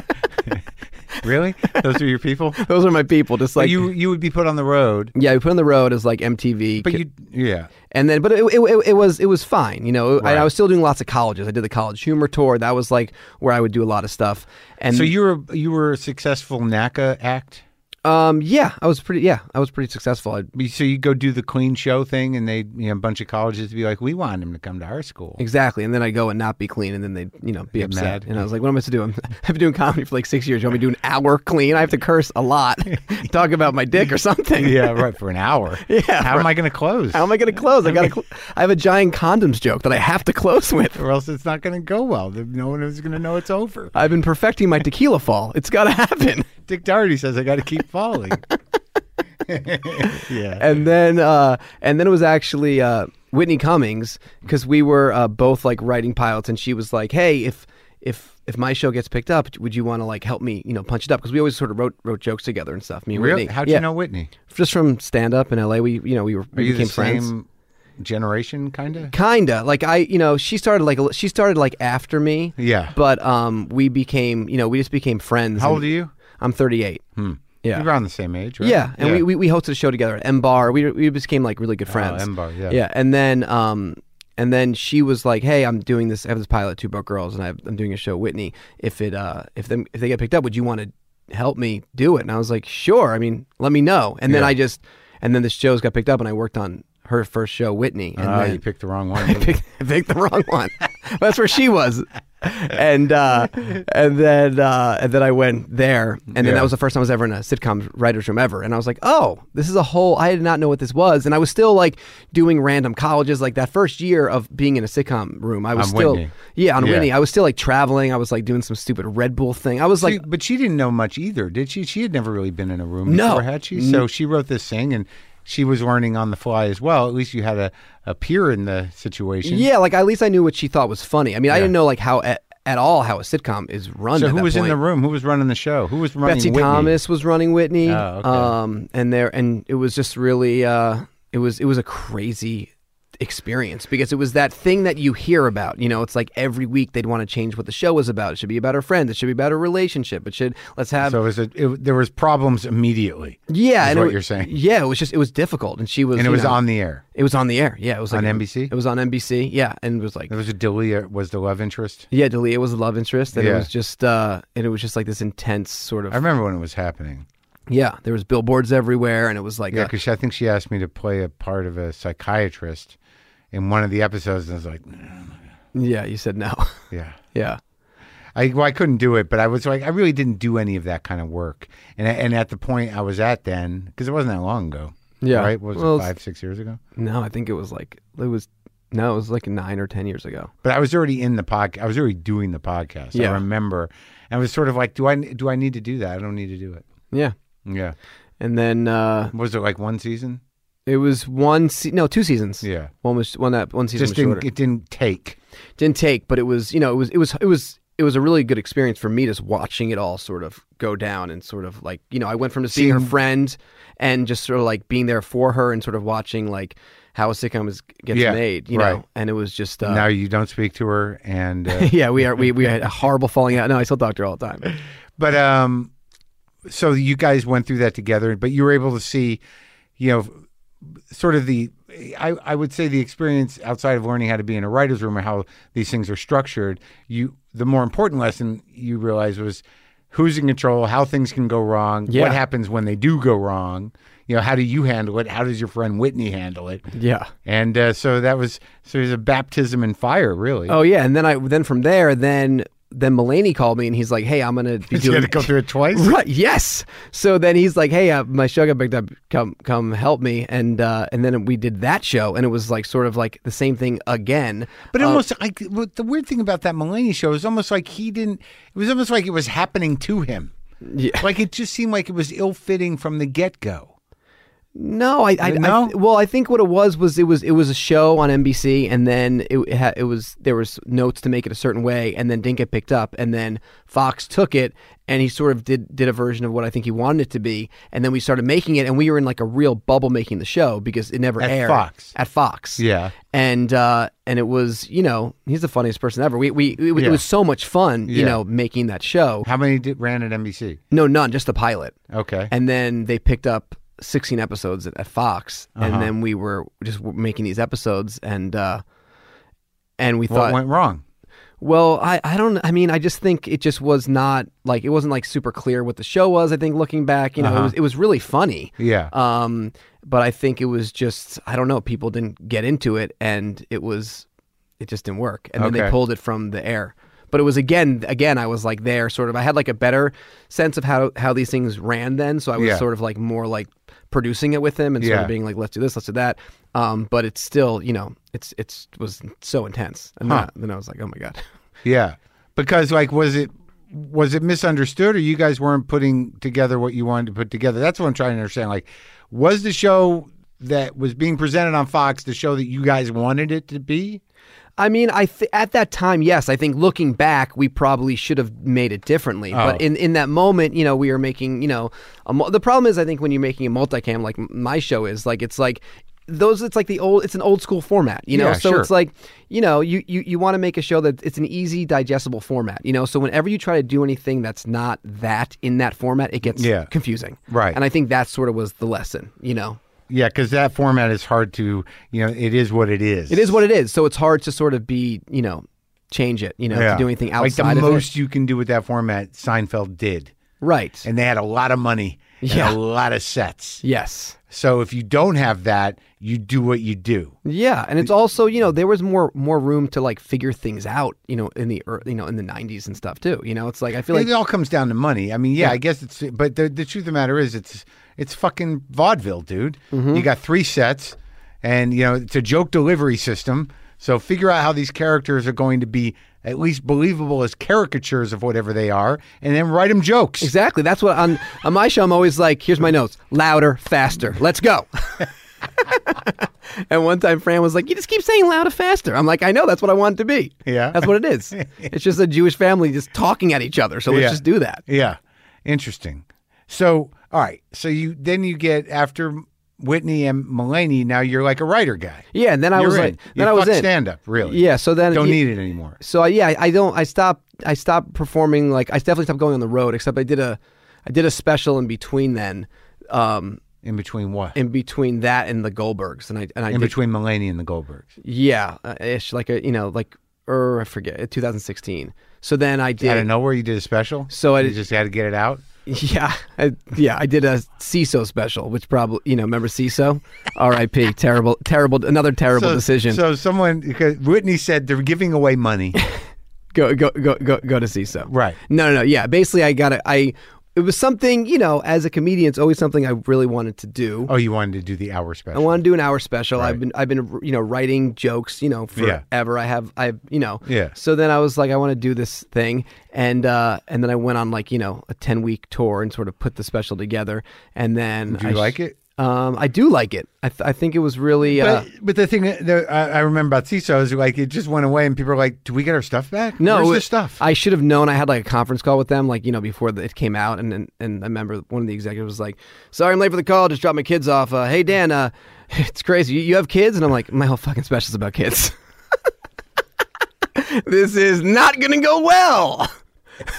A: really? Those are your people?
C: Those are my people. Just
A: But
C: like
A: you you would be put on the road,
C: Yeah, we put on the road as like MTV.
A: but you yeah.
C: and then but it, it, it, it was it was fine you know I,
A: Right.
C: I was still doing lots of colleges i did the college humor tour that was like where i would do a lot of stuff and
A: So you were you were a successful NACA act.
C: um yeah i was pretty yeah i was pretty successful I,
A: So you go do the clean show thing, and they you know a bunch of colleges would be like, we want him to come to our school.
C: exactly and then i go and not be clean and then they you know be upset
A: mad.
C: and i was like what am i supposed to do I'm, i've been doing comedy for like six years you want me to do an hour clean i have to curse a lot talk about my dick or something
A: yeah, right for an hour.
C: Yeah,
A: How am I going to close?
C: how am i going to close i got to cl- i have a giant condoms joke that i have to close with
A: or else it's not going to go well. No one is going to know it's over.
C: i've been perfecting my tequila fall it's got to happen
A: Dick Doherty says I got to keep falling. yeah.
C: and then uh, and then it was actually uh, Whitney Cummings because we were uh, both like writing pilots, and she was like, "Hey, if if if my show gets picked up, would you want to like help me, you know, punch it up?" Because we always sort of wrote wrote jokes together and stuff. Me and
A: Really?
C: Whitney.
A: How'd
C: Yeah.
A: you know Whitney?
C: Just from stand up in L.A., we you know we were
A: Are
C: we
A: you
C: became
A: the
C: friends.
A: same generation, kind of?
C: Kinda like I, you know, she started like a li- she started like after me.
A: Yeah.
C: But um, we became, you know, we just became friends.
A: How
C: and-
A: old are you?
C: I'm 38. Hmm. Yeah.
A: You're around the same age, right?
C: Yeah, and We, we we hosted a show together at M Bar. We we became like really good friends.
A: Oh, M Bar, yeah.
C: Yeah, and then um and then she was like, "Hey, I'm doing this. I have this pilot, Two Broke Girls, and I have, I'm doing a show, Whitney. If it uh if them if they get picked up, would you want to help me do it?" And I was like, "Sure. I mean, let me know." And then I just and then the shows got picked up, and I worked on her first show, Whitney, and
A: Ah,
C: then
A: you picked the wrong one.
C: picked, picked the wrong one. That's where she was. and uh, and then uh, and then I went there, and then
A: Yeah.
C: that was the first time I was ever in a sitcom writers room ever, and I was like, oh, this is a whole. I did not know what this was, and I was still like doing random colleges. Like that first year of being in a sitcom room, I was
A: On
C: still
A: Whitney.
C: yeah on
A: Yeah.
C: Whitney. I was still like traveling. I was like doing some stupid Red Bull thing. I was like,
A: See, but she didn't know much either, did she? She had never really been in a room
C: No.
A: before, had she? So she wrote this thing, and she was learning on the fly as well. At least you had a, a peer in the situation.
C: yeah, like at least I knew what she thought was funny. I mean, I didn't know like how at, at all how a sitcom is run.
A: So
C: at
A: who
C: that
A: was in
C: point.
A: the room? Who was running the show? Who was running?
C: Betsy
A: Whitney?
C: Thomas was running Whitney.
A: Oh, okay.
C: Um, and there, and it was just really, uh, it was, it was a crazy experience because it was that thing that you hear about. You know, it's like every week they'd want to change what the show was about. It should be about her friend. It should be about her relationship. It should let's have
A: So it was a, it, there was problems immediately,
C: yeah.
A: is
C: and it
A: what
C: wa-
A: you're saying.
C: Yeah, it was just it was difficult, and she was
A: and it
C: you
A: was
C: know,
A: on the air.
C: it was on the air. Yeah, it was like,
A: On NBC?
C: It was on NBC. Yeah, and it was like
A: There was a Delia was the love interest.
C: yeah, Dalia was a love interest, and it
A: Yeah.
C: was just uh, and it was just like this intense sort of
A: I remember when it was happening.
C: yeah. There was billboards everywhere, and it was like uh,
A: Yeah,
C: a-
A: because I think she asked me to play a part of a psychiatrist in one of the episodes, and I was like,
C: yeah. You said no.
A: yeah.
C: Yeah.
A: I well, I couldn't do it, but I was like, I really didn't do any of that kind of work. And and at the point I was at then, because it wasn't that long ago.
C: Yeah.
A: right. What was
C: Well,
A: it
C: it's-
A: five, six years ago?
C: No, I think it was like it was no, it was like nine or ten years ago.
A: But I was already in the podcast. I was already doing the podcast.
C: Yeah.
A: I remember. And I was sort of like, do I do I need to do that? I don't need to do it.
C: Yeah.
A: Yeah.
C: And then uh
A: Was it like one season?
C: it was one se- no, two seasons.
A: Yeah.
C: One was one that one season
A: Just
C: was
A: didn't
C: shorter.
A: it didn't take.
C: Didn't take, but it was you know, it was it was it was it was a really good experience for me just watching it all sort of go down and sort of like you know, I went from just seeing her
A: Seeing-
C: friend and just sort of like being there for her and sort of watching like how a sitcom is gets
A: Yeah,
C: made, you
A: right.
C: know. And it was just uh,
A: now you don't speak to her, and uh,
C: yeah, we are we, we had a horrible falling out. No, I still talk to her all the time.
A: But um, so you guys went through that together, but you were able to see, you know, sort of the, I, I would say the experience outside of learning how to be in a writer's room or how these things are structured. You, the more important lesson you realized was who's in control, how things can go wrong,
C: Yeah.
A: what happens when they do go wrong. You know, how do you handle it? How does your friend Whitney handle it?
C: Yeah.
A: And uh, so that was so it was a baptism in fire, really.
C: Oh yeah, and then I then from there then then Mulaney called me and he's like, "Hey, I'm gonna be
A: you had
C: doing
A: to go through it twice.
C: right." Yes. So then he's like, "Hey, uh, my show got picked up. Come come help me." And uh, and then we did that show, and it was like sort of like the same thing again.
A: But almost like what the weird thing about that Mulaney show is almost like he didn't. It was almost like it was happening to him.
C: Yeah.
A: Like it just seemed like it was ill fitting from the get go.
C: No, I, I, I
A: No?
C: th- well, I think what it was was it was it was a show on NBC, and then it it, ha- it was there was notes to make it a certain way, and then didn't get picked up, and then Fox took it, and he sort of did did a version of what I think he wanted it to be, and then we started making it, and we were in like a real bubble making the show because it never
A: At
C: aired
A: Fox.
C: at Fox,
A: Yeah.
C: and uh, and it was you know he's the funniest person ever. We we it, was
A: Yeah.
C: it was so much fun you
A: Yeah.
C: know making that show.
A: How many did, ran at NBC?
C: No, none, just the pilot
A: Okay.
C: and then they picked up 16 episodes at, at Fox,
A: Uh-huh.
C: and then we were just w- making these episodes, and uh, and we
A: what
C: thought,
A: went wrong?
C: well, I, I don't, I mean, I just think it just was not like it wasn't like super clear what the show was. I think looking back, you know,
A: Uh-huh.
C: it was it was really funny,
A: Yeah.
C: um, but I think it was just I don't know, people didn't get into it, and it was it just didn't work, and then they
A: Okay.
C: pulled it from the air. But it was again, again, I was like there, sort of. I had like a better sense of how how these things ran then, so I was
A: Yeah.
C: sort of like more like producing it with him and sort
A: Yeah.
C: of being like, let's do this, let's do that. Um, but it's still, you know, it's it's was so intense, and
A: Huh.
C: then, I, then I was like, oh my god.
A: yeah. Because like, was it was it misunderstood, or you guys weren't putting together what you wanted to put together? That's what I'm trying to understand. Like, was the show that was being presented on Fox the show that you guys wanted it to be?
C: I mean, I th- at that time, yes. I think looking back, we probably should have made it differently. But
A: Oh.
C: in, in that moment, you know, we were making, you know, a mul- the problem is, I think when you're making a multicam, like m- my show is, like it's like those. It's like the old. It's an old school format, you know.
A: Yeah,
C: so
A: sure.
C: it's like, you know, you you, you want to make a show that it's an easy, digestible format, you know. So whenever you try to do anything that's not that in that format, it gets
A: Yeah.
C: confusing,
A: Right.
C: And I think that sort of was the lesson, you know.
A: Yeah, because that format is hard to. You know, it is what it is.
C: It is what it is. So it's hard to sort of be, you know, change it, you know, to do anything outside
A: Like the
C: of it.
A: most you can do with that format, Seinfeld did,
C: Right.
A: and they had a lot of money, and
C: Yeah.
A: a lot of sets.
C: Yes.
A: So if you don't have that, you do what you do.
C: Yeah, and it's also you know there was more more room to like figure things out you know in the ear- you know in the '90s and stuff too. You know, it's like I feel like
A: it all comes down to money. I mean, yeah, I guess it's. But the, the truth of the matter is, it's it's fucking vaudeville, dude.
C: Mm-hmm.
A: You got three sets, and you know it's a joke delivery system. So figure out how these characters are going to be at least believable as caricatures of whatever they are, and then write them jokes.
C: exactly that's what on on my show I'm always like, here's my notes, louder, faster, let's go. and one time Fran was like, you just keep saying louder, faster. I'm like, I know that's what I want it to be.
A: Yeah.
C: that's what it is. it's just a Jewish family just talking at each other. So let's
A: Yeah.
C: just do that.
A: Yeah, interesting. So all right, so you then you get after Whitney and Mulaney. Now you're like a writer guy.
C: Yeah, and then I
A: You're
C: was
A: in.
C: like,
A: You
C: then I was
A: fuck
C: in.
A: stand-up, really.
C: Yeah, so then
A: don't
C: yeah,
A: need it anymore.
C: So I, yeah, I- I don't. I stopped. I stopped performing. Like I definitely stopped going on the road. Except I did a, I did a special in between then, um,
A: In between what?
C: in between that and the Goldbergs, and I and I
A: in
C: did,
A: between Mulaney and the Goldbergs.
C: yeah, uh, ish like a you know like or I forget 2016. So then I did.
A: Out of nowhere, you did a special.
C: So I
A: you
C: did-
A: just had to get it out.
C: Yeah, I, yeah, I did a CISO special, which probably you know remember CISO, R.I.P. terrible, terrible, another terrible decision.
A: So someone, because Whitney said they're giving away money.
C: go go go go go to CISO.
A: Right.
C: No, no, no. Yeah. Basically, I got it. I it was something you know as a comedian, it's always something I really wanted to do.
A: oh, you wanted to do the hour
C: I
A: special.
C: want to do an hour special. I've
A: Right.
C: been I've been you know writing jokes you know
A: Yeah.
C: forever. I have I have you know
A: Yeah.
C: So then I was like I want to do this thing and uh and then I went on like you know a ten week tour and sort of put the special together and then
A: do you
C: I
A: like it?
C: Um, I do like it. I th- I think it was really. uh,
A: But, but the thing that that I I remember about CISO is like it just went away, and people are like, "Do we get our stuff back?
C: No,
A: Where's
C: it-
A: the stuff."
C: I should have known. I had like a conference call with them, like you know, before the, it came out, and, and and I remember one of the executives was like, "Sorry, I'm late for the call. Just dropped my kids off. Uh, hey, Dan, uh, it's crazy. You, you have kids?" And I'm like, "My whole fucking special's about kids. this is not gonna go well."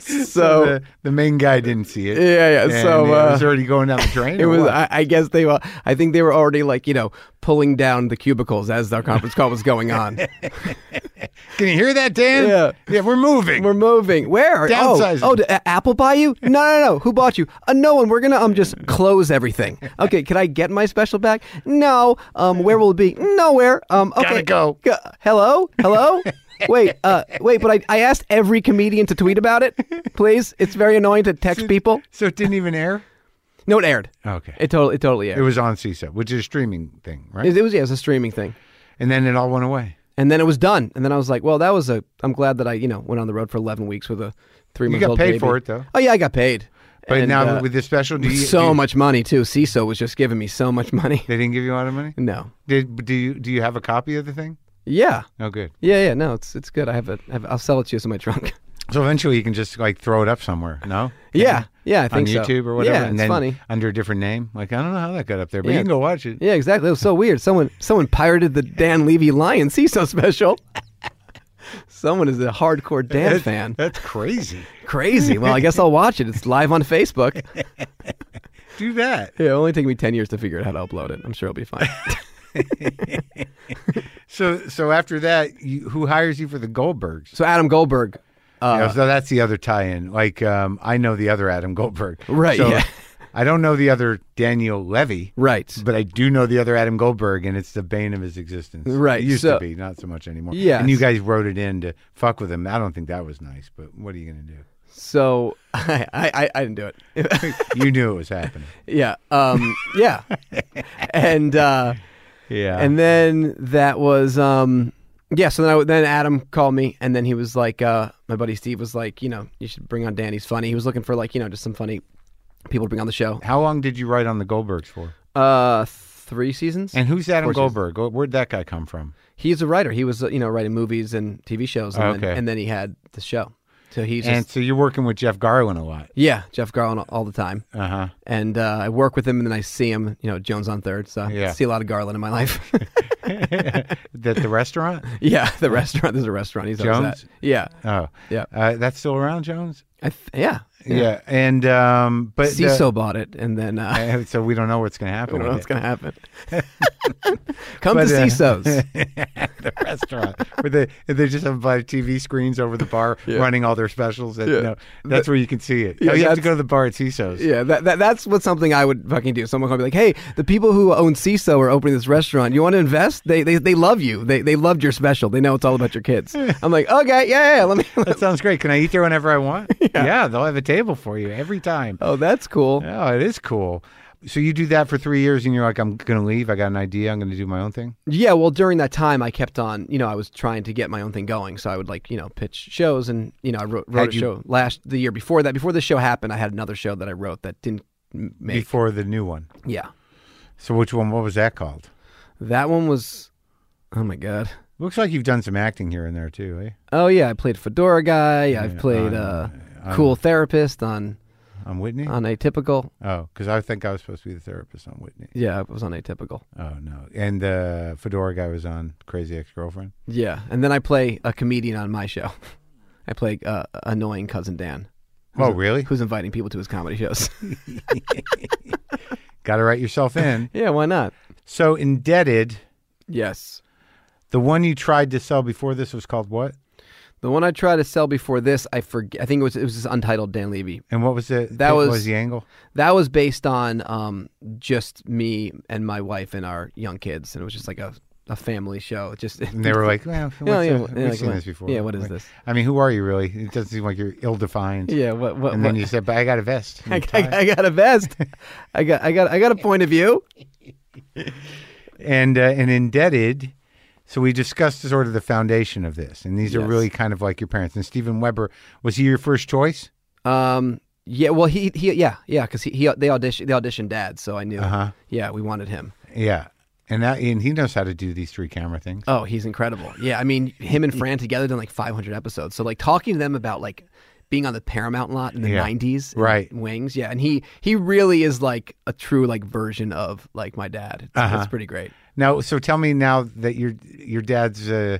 C: so
A: the, the main guy didn't see it.
C: Yeah, yeah,
A: And
C: so,
A: it was
C: uh,
A: already going down the drain.
C: It
A: or
C: was.
A: what?
C: I, I guess they were. I think they were already like you know pulling down the cubicles as our conference call was going on.
A: Can you hear that, Dan?
C: Yeah.
A: yeah, we're moving.
C: We're moving. Where?
A: Downsizing.
C: Oh, oh did A- Apple buy you? No, no, no. Who bought you? Uh, no one. We're gonna um just close everything. Okay, can I get my special back? No. Um, where will it be? Nowhere. Um,
A: Gotta
C: okay.
A: go.
C: G- hello, hello. wait, uh, wait. But I, I asked every comedian to tweet about it. Please, it's very annoying to text people.
A: so it didn't even air.
C: No, it aired.
A: Okay, it,
C: It totally, it totally aired.
A: was on CISO, which is a streaming thing, right?
C: It, it was yeah, it was a streaming thing.
A: and then it all went away.
C: And then it was done. And then I was like, well, that was a. I'm glad that I, you know, went on the road for 11 weeks with a three month old
A: got paid
C: baby.
A: for it, though.
C: Oh yeah, I got paid.
A: But
C: And,
A: now
C: uh,
A: with this special, do you, do
C: so
A: you-
C: much money too. CISO was just giving me so much money.
A: They didn't give you a lot of money.
C: No.
A: Did do you do you have a copy of the thing?
C: Yeah.
A: Oh, good.
C: Yeah, yeah. No, it's it's good. I have a. I have, I'll sell it to you. It's in my trunk.
A: So eventually you can just like throw it up somewhere. No.
C: yeah. Yeah, I think
A: on
C: so.
A: YouTube or whatever,
C: Yeah,
A: and
C: it's
A: then
C: funny.
A: under a different name. Like I don't know how that got up there, but
C: Yeah.
A: you can go watch it.
C: Yeah, exactly. It was so weird. Someone someone pirated the Dan Levy Lion CISO special. someone is a hardcore Dan fan.
A: That's crazy.
C: Crazy. Well, I guess I'll watch it. It's live on Facebook.
A: do that.
C: Yeah, it'll only take me 10 years to figure out how to upload it. I'm sure it'll be fine.
A: So so after that, you, who hires you for the Goldbergs?
C: so, Adam Goldberg. Uh,
A: You know, so that's the other tie-in. Like um, I know the other Adam Goldberg.
C: Right,
A: So
C: yeah.
A: I don't know the other Daniel Levy.
C: Right.
A: But I do know the other Adam Goldberg, and it's the bane of his existence.
C: Right,
A: It used to
C: so-
A: be, not so much anymore.
C: Yeah.
A: And you guys wrote it in to fuck with him. I don't think that was nice, but what are you going to do?
C: So, I, I, I didn't do it.
A: You knew it was happening.
C: yeah. Um, yeah. And, uh,
A: Yeah.
C: and then that was, um, yeah. So then, I, then Adam called me and then he was like, uh, my buddy Steve was like, you know, you should bring on Danny's funny. He was looking for like, you know, just some funny people to bring on the show.
A: how long did you write on the Goldbergs for?
C: Uh, three seasons.
A: And who's Adam
C: Four seasons.
A: Goldberg? Go- Where'd that guy come from?
C: He's a writer. He was, uh, you know, writing movies and TV shows. And,
A: Okay.
C: then, and then he had the show. So he's just
A: and so you're working with Jeff Garlin a lot.
C: Yeah, Jeff Garland all the time.
A: Uh huh.
C: And uh, I work with him and then I see him, you know, Jones on third. So I
A: Yeah.
C: see a lot of Garland in my life.
A: That the restaurant?
C: yeah, the restaurant. There's a restaurant he's always
A: Jones?
C: at. Yeah.
A: Oh.
C: Yeah.
A: Uh, that's still around, Jones?
C: I th- yeah.
A: Yeah. And, um, but. the-
C: CISO bought it and then uh,
A: Uh, so we don't know what's going to happen.
C: I don't know
A: with
C: what's
A: it.
C: going to happen. Come
A: But,
C: to
A: uh,
C: CISO's.
A: restaurant where they they just have five TV screens over the bar running all their specials. And, you know, that's where you can see it.
C: Yeah,
A: oh, you have to
C: that's-
A: go to the bar at CISO's.
C: Yeah, that, that that's what something I would fucking do. Someone would be like, "Hey, the people who own CISO are opening this restaurant. You want to invest? They they, they love you. They they loved your special. They know it's all about your kids." I'm like, "Okay, yeah, yeah let me."
A: That sounds great. Can I eat there whenever I want? yeah. they'll have a table for you every time.
C: oh, that's cool.
A: Oh, it is cool. So you do that for three years, and you're like, I'm going to leave. I got an idea. I'm going to do my own thing.
C: Yeah, well, during that time, I kept on. You know, I was trying to get my own thing going, so I would like you know pitch shows, and you know, I wrote,
A: Had
C: wrote a
A: you-
C: show last the year before that. Before this show happened, I had another show that I wrote that didn't m- make.
A: Before the new one.
C: Yeah,
A: So which one? What was that called?
C: that one was. Oh my god.
A: Looks like you've done some acting here and there too, eh?
C: Oh yeah, I played Fedora guy. I've played uh, cool therapist on
A: On Whitney.
C: on Atypical.
A: oh, because I think I was supposed to be the therapist on Whitney.
C: Yeah, it was on Atypical.
A: Oh no, and the fedora guy was on Crazy Ex-Girlfriend.
C: Yeah, and then I play a comedian on my show. I play uh, annoying cousin Dan,
A: Oh really?
C: who's inviting people to his comedy shows.
A: Got to write yourself in.
C: yeah, why not?
A: so indebted.
C: Yes.
A: The one you tried to sell before this was called what?
C: The one I tried to sell before this, I forget. I think it was it was this untitled Dan Levy.
A: And what was the
C: That
A: what
C: was-
A: the angle?
C: That was based on um, just me and my wife and our young kids, and it was just like a, a family show. It Just
A: And they were like, well, what's
C: Yeah, yeah,
A: that?
C: yeah,
A: we've
C: like,
A: seen
C: what-
A: this before.
C: yeah, what is
A: Like,
C: this?
A: I mean, who are you really? It doesn't seem like you're ill-defined.
C: yeah. What what?
A: And then
C: what-
A: you said, but I got a vest. and a
C: I,
A: tie."
C: I, I got a vest. I got I got I got a point of view.
A: and uh, and indebted. So we discussed sort of the foundation of this, and these are
C: Yes.
A: really kind of like your parents. And Steven Weber was he your first choice?
C: Um. Yeah. Well, he he yeah yeah because he, he they auditioned they auditioned Dad, so I knew.
A: Uh-huh.
C: Yeah, we wanted him.
A: Yeah, and that and he knows how to do these three camera things.
C: Oh, he's incredible. Yeah, I mean, him and Fran together done like 500 episodes. So like talking to them about like being on the Paramount lot in the
A: Yeah.
C: 90s, and
A: Right.
C: Wings, yeah, and he he really is like a true like version of like my dad. It's,
A: Uh-huh.
C: it's pretty great.
A: Now, so tell me now that your your dad's uh,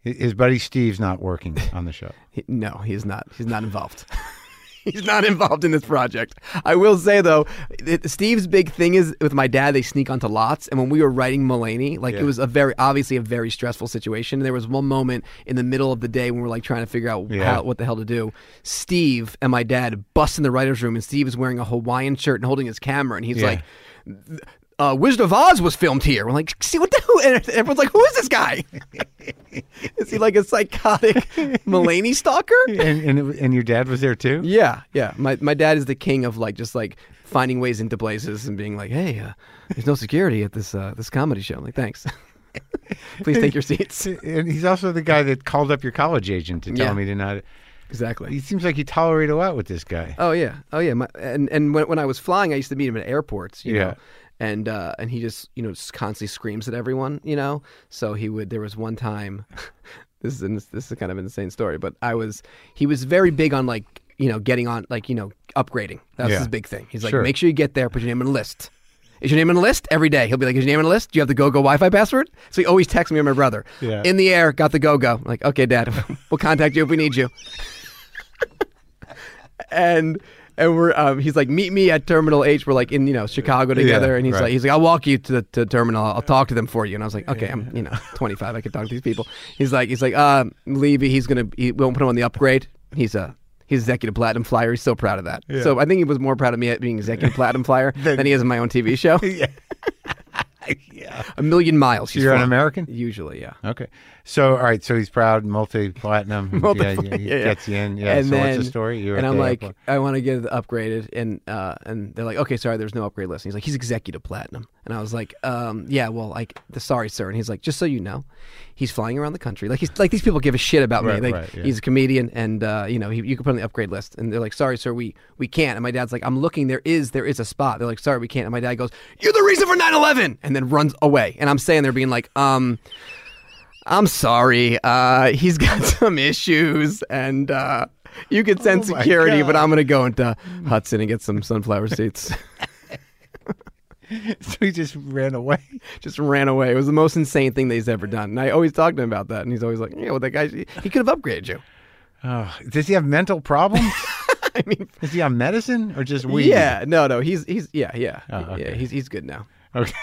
A: his buddy Steve's not working on the show.
C: He- no, he's not. He's not involved. he's not involved in this project. I will say though, it, Steve's big thing is with my dad. They sneak onto lots, and when we were writing Mulaney, like
A: Yeah.
C: it was a very obviously a very stressful situation. There was one moment in the middle of the day when we were like trying to figure out
A: Yeah.
C: how, what the hell to do. Steve and my dad bust in the writers' room, and Steve is wearing a Hawaiian shirt and holding his camera, and he's
A: Yeah.
C: like. Uh, Wizard of Oz was filmed here. We're like, see what the hell? And everyone's like, who is this guy? is he like a psychotic Mulaney stalker?
A: and and, it, and your dad was there too.
C: Yeah, yeah. My my dad is the king of like just like finding ways into places and being like, "Hey, uh, there's no security at this uh, this comedy show." I'm like, "Thanks, please take your seats."
A: And he's also the guy that called up your college agent to tell
C: Yeah.
A: him he did not. He
C: Exactly.
A: seems like you tolerate a lot with this guy.
C: Oh yeah, oh yeah. My, and and when when I was flying, I used to meet him at airports. You
A: Yeah.
C: Know? And uh, and he just you know just constantly screams at everyone. You know. So he would. There was one time. This is an, this is kind of an insane story, but I was he was very big on like you know getting on like you know upgrading. That was
A: Yeah.
C: his big thing. He's like,
A: Sure.
C: make sure you get there, put your name on the list. Is your name on the list every day? He'll be like, "Is your name on the list? Do you have the GoGo Wi-Fi password?" So he always texts me and my brother.
A: Yeah.
C: In the air, got the GoGo. I'm like, okay, Dad, we'll contact you if we need you and and we're um, he's like meet me at terminal h we're like in you know chicago together and he's
A: right.
C: like he's like i'll walk you to the to terminal i'll talk to them for you and i was like okay i'm you know 25 i can talk to these people he's like he's like uh levy he's gonna he we won't put him on the upgrade he's a He's executive platinum flyer. He's so proud of that. So I think he was more proud of me at being executive platinum flyer than he is in my own TV show.
A: Yeah. yeah.
C: A million miles. he's
A: You're an
C: flown.
A: American.
C: Usually, yeah.
A: Okay. So, all right. So he's proud, multi platinum.
C: Multi-
A: yeah, he- he
C: yeah, yeah.
A: gets you in. Yeah.
C: and
A: so
C: then,
A: what's the story? You're
C: and
A: at
C: I'm
A: the
C: like,
A: airport.
C: I want to get upgraded, and uh, and they're like, okay, sorry, there's no upgrade list. And he's like, he's executive platinum, and I was like, um, yeah, well, like, the sorry, sir. And he's like, just so you know, he's flying around the country. Like, he's like these people give a shit about
A: Right,
C: me. Like,
A: right, yeah.
C: he's a comedian, and uh, you know, he, you can put on the upgrade list. And they're like, sorry, sir, we we can't. And my dad's like, I'm looking. There is there is a spot. They're like, sorry, we can't. And my dad goes, you're the reason for 9/11, and then runs away. And I'm saying they're being like, um. I'm sorry. Uh, he's got some issues, and uh, you could send
A: Oh my
C: security, but
A: God.
C: I'm going to go into Hudson and get some sunflower seeds.
A: so he just ran away.
C: Just ran away. It was the most insane thing that he's ever done. And I always talk to him about that, and he's always like, "Yeah, well, that guy, he could have upgraded you."
A: Oh, does he have mental problems?
C: I mean,
A: Is he on medicine or just weed?
C: yeah, no, no, he's he's yeah, yeah,
A: Oh, okay.
C: yeah, he's he's good now.
A: Okay.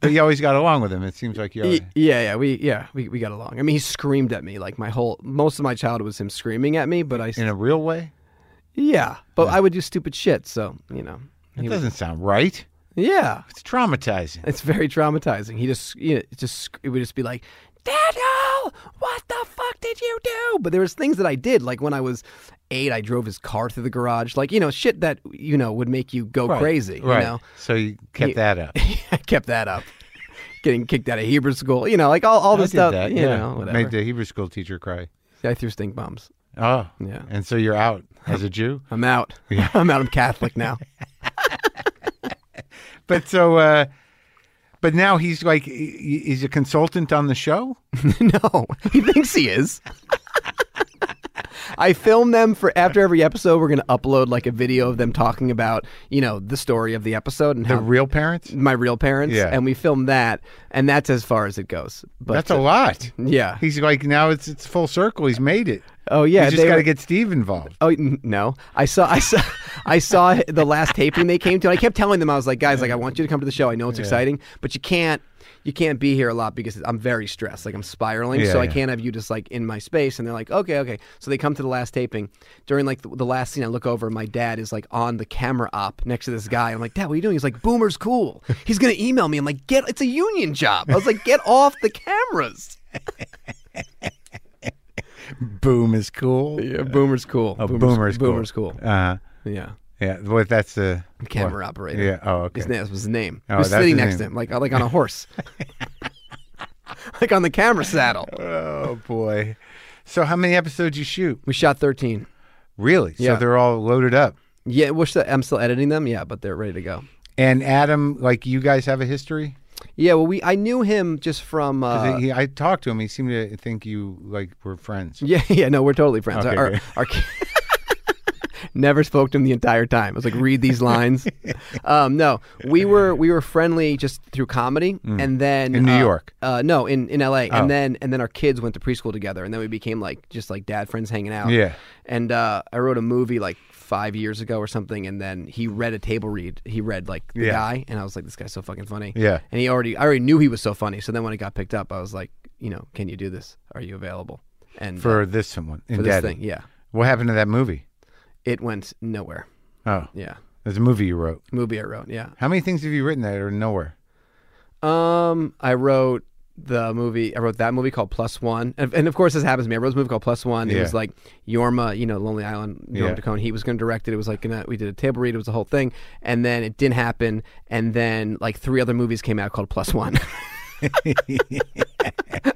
A: But you always got along with him. It seems like you.
C: Y-
A: Always,
C: yeah, yeah, we yeah we, we got along. I mean, he screamed at me like my whole most of my childhood was him screaming at me. But I s-
A: in a real way,
C: yeah, but I would do stupid shit. So you know,
A: it
C: he was-
A: doesn't sound right.
C: yeah,
A: It's traumatizing.
C: it's very traumatizing. He just you know, it just it would just be like. Daniel, what the fuck did you do? But there was things that I did, like when I was eight, I drove his car through the garage, like you know, shit that you know would make you go crazy. You
A: right?
C: know,
A: So you kept
C: He-
A: that up.
C: I kept that up. Getting kicked out of Hebrew school, you know, like all, all
A: I
C: this
A: did
C: stuff.
A: that,
C: you
A: yeah.
C: know, whatever.
A: Made the Hebrew school teacher cry.
C: I threw stink bombs.
A: Oh,
C: Yeah.
A: And so you're out as a Jew.
C: I'm out. I'm out. I'm Catholic now.
A: But so, uh, but now he's like, he- he's a consultant on the show.
C: no, he thinks he is. I film them for after every episode. We're going to upload like a video of them talking about, you know, the story of the episode and
A: The
C: how
A: real parents.
C: my real parents.
A: Yeah.
C: And we film that. And that's as far as it goes. But
A: That's a lot.
C: Yeah.
A: He's like now it's it's full circle. He's made it.
C: oh, yeah.
A: you just
C: they
A: got to
C: were-
A: get Steve involved.
C: Oh n- no! I saw, I saw, I saw the last taping they came to. I kept telling them, I was like, guys, like I want you to come to the show. I know it's exciting, but you can't, you can't be here a lot because I'm very stressed. Like I'm spiraling,
A: Yeah,
C: so I
A: yeah.
C: can't have you just like in my space. And they're like, okay, okay. So they come to the last taping. During like the, the last scene, I look over, my dad is like on the camera op next to this guy. I'm like, Dad, what are you doing? He's like, Boomer's cool. He's gonna email me. I'm like, get, it's a union job. I was like, get off the cameras.
A: Boom is cool.
C: Yeah, Boomer's cool.
A: Oh, boomer's,
C: Boomer's cool.
A: Uh,
C: Yeah,
A: yeah. Well, that's the
C: camera operator.
A: Yeah. Oh, okay.
C: His name that was his name.
A: Oh,
C: he was
A: that's
C: sitting
A: his
C: next to
A: name.
C: him, like like on a horse, like on the camera saddle.
A: Oh boy. So how many episodes you shoot?
C: We shot thirteen.
A: Really?
C: Yeah.
A: So they're all loaded up.
C: Yeah, wish that I'm still editing them. Yeah, but they're ready to go.
A: And Adam, like you guys have a history.
C: Yeah, well, we I knew him just from.
A: 'Cause
C: Uh,
A: he, I talked to him. He seemed to think you like were friends.
C: yeah, yeah, no, we're totally friends.
A: Okay,
C: our,
A: good.
C: our, our- never spoke to him the entire time. I was like, read these lines. um, no, we were we were friendly just through comedy, and then
A: Mm. In New
C: uh,
A: York?
C: Uh, no, in in L.A.
A: Oh.
C: And then and then our kids went to preschool together, and then we became like just like dad friends hanging out.
A: Yeah.
C: And uh, I wrote a movie like five years ago or something, and then he read a table read. He read like the
A: Yeah.
C: guy, and I was like, this guy's so fucking funny.
A: Yeah.
C: And he already, I already knew he was so funny. So then when it got picked up, I was like, you know, can you do this? Are you available? And uh,
A: For this someone.
C: for
A: And
C: this
A: Daddy.
C: thing, yeah,
A: What happened to that movie?
C: it went nowhere.
A: Oh,
C: Yeah,
A: there's a movie you wrote.
C: movie I wrote. Yeah.
A: How many things have you written that are nowhere?
C: Um, I wrote the movie. I wrote that movie called Plus One, and, and of course this happens to me. I wrote this movie called Plus One. It
A: Yeah.
C: was like Yorma, you know, Lonely Island.
A: Yeah.
C: Yorma Tacone. He was going to direct it. It was like gonna, we did a table read. It was a whole thing, and then it didn't happen. And then like three other movies came out called Plus One.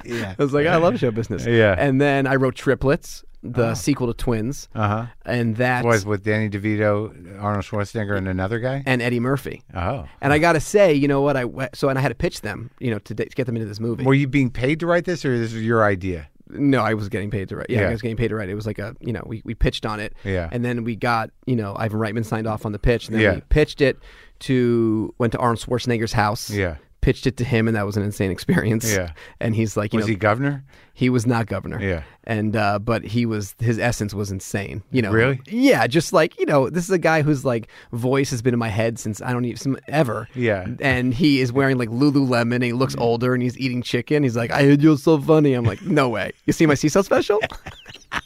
A: Yeah.
C: I was like, I love show business.
A: Yeah. Oh.
C: And then I wrote Triplets, the sequel to Twins,
A: Uh huh.
C: and that
A: Was with Danny DeVito, Arnold Schwarzenegger, and another guy.
C: and Eddie Murphy.
A: Oh.
C: And I gotta say, you know what? I went- so and I had to pitch them, you know, to, d- to get them into this movie.
A: Were you being paid to write this, or this was your idea?
C: No, I was getting paid to write. Yeah,
A: Yeah.
C: I was getting paid to write. It was like a, you know, we, we pitched on it.
A: Yeah.
C: And then we got, you know, Ivan Reitman signed off on the pitch. And then
A: Yeah.
C: we pitched it to, went to Arnold Schwarzenegger's house.
A: Yeah.
C: Pitched it to him, and that was an insane experience.
A: Yeah.
C: And he's like, you
A: Was
C: know,
A: he governor?
C: he was not governor.
A: Yeah.
C: And uh, but he was his essence was insane. You know.
A: Really?
C: Yeah. Just like you know, this is a guy whose like voice has been in my head since I don't even some, ever.
A: Yeah. Mm.
C: And he is wearing like Lululemon. And he looks older, and he's eating chicken. He's like, I heard you're so funny. I'm like, no way. You see my seesaw special?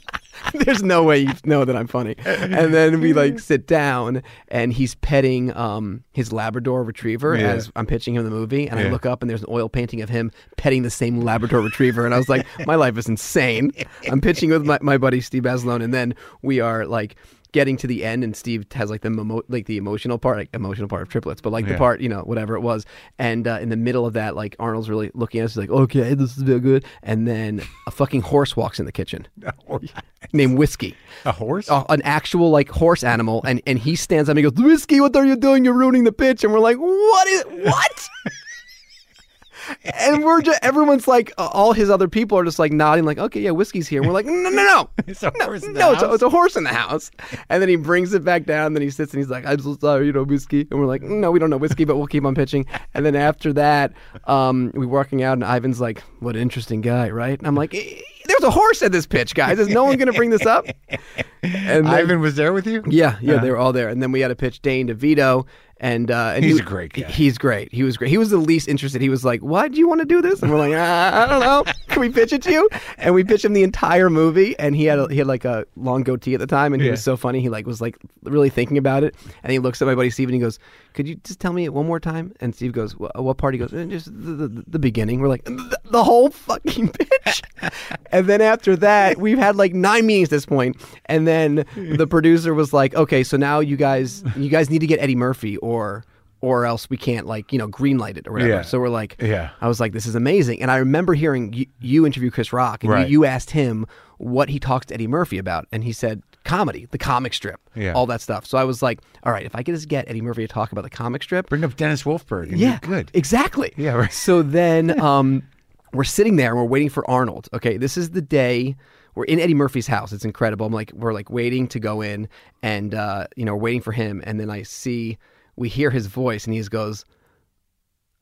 C: There's no way you know that I'm funny. And then we like sit down and he's petting um, his Labrador retriever
A: Yeah.
C: as I'm pitching him the movie. And
A: Yeah.
C: I look up and there's an oil painting of him petting the same Labrador retriever. And I was like, my life is insane. I'm pitching with my, my buddy Steve Basilone. And then we are like getting to the end and Steve has like the memo- like the emotional part, like emotional part of triplets, but like the
A: Yeah.
C: part, you know, whatever it was. And uh, in the middle of that, like Arnold's really looking at us, he's like, okay, this is real good. And then a fucking horse walks in the kitchen named Whiskey,
A: A horse?
C: a- an actual like horse animal, and and he stands up and he goes, "Whiskey, what are you doing? You're ruining the pitch." And we're like, "What is what?" and we're just everyone's like, uh, all his other people are just like nodding, like, "Okay, yeah, whiskey's here." And we're like, "No, no, no."
A: It's a horse in the
C: no, it's a,
A: house?
C: it's a horse in the house. And then he brings it back down. And then he sits and he's like, I'm so sorry, you know, whiskey. And we're like, no, we don't know whiskey, but we'll keep on pitching. And then after that, um, we're walking out and Ivan's like, what an interesting guy, right? And I'm like, "Eh, there's a horse at this pitch, guys. Is no one going to bring this up? And then-
A: Ivan Uh-huh. was there with you?
C: yeah, yeah, they were all there. And then we had to pitch Dane DeVito And, uh, and
A: He's
C: he-
A: a great guy.
C: He's great. He was great. He was the least interested. He was like, "Why do you want to do this?" And we're like, ah, "I don't know. Can we pitch it to you?" And we pitched him the entire movie. And he had a, he had like a long goatee at the time, and he
A: Yeah.
C: was so funny. He like was like really thinking about it. And he looks at my buddy Steve and he goes, "Could you just tell me it one more time?" And Steve goes, "Wha- "What part?" He goes, "Eh, "Just the, the, the beginning." We're like, "The, the whole fucking pitch." and then after that, we've had like nine meetings at this point. And then the producer was like, "Okay, so now you guys you guys need to get Eddie Murphy or." or else we can't like you know greenlight it or whatever.
A: Yeah.
C: So we're like,
A: Yeah.
C: I was like, this is amazing. And I remember hearing you, you interview Chris Rock, and
A: Right.
C: you, you asked him what he talks to Eddie Murphy about, and he said comedy, the comic strip,
A: Yeah.
C: all that stuff. So I was like, all right, if I could just get Eddie Murphy to talk about the comic strip,
A: Bring up Dennis Wolfberg. and
C: yeah,
A: you're good.
C: exactly.
A: Yeah, right.
C: So then um, we're sitting there and we're waiting for Arnold. Okay, this is the day we're in Eddie Murphy's house. It's incredible. I'm like, we're like waiting to go in, and uh, you know, we're waiting for him. And then I see, we hear his voice, and he just goes.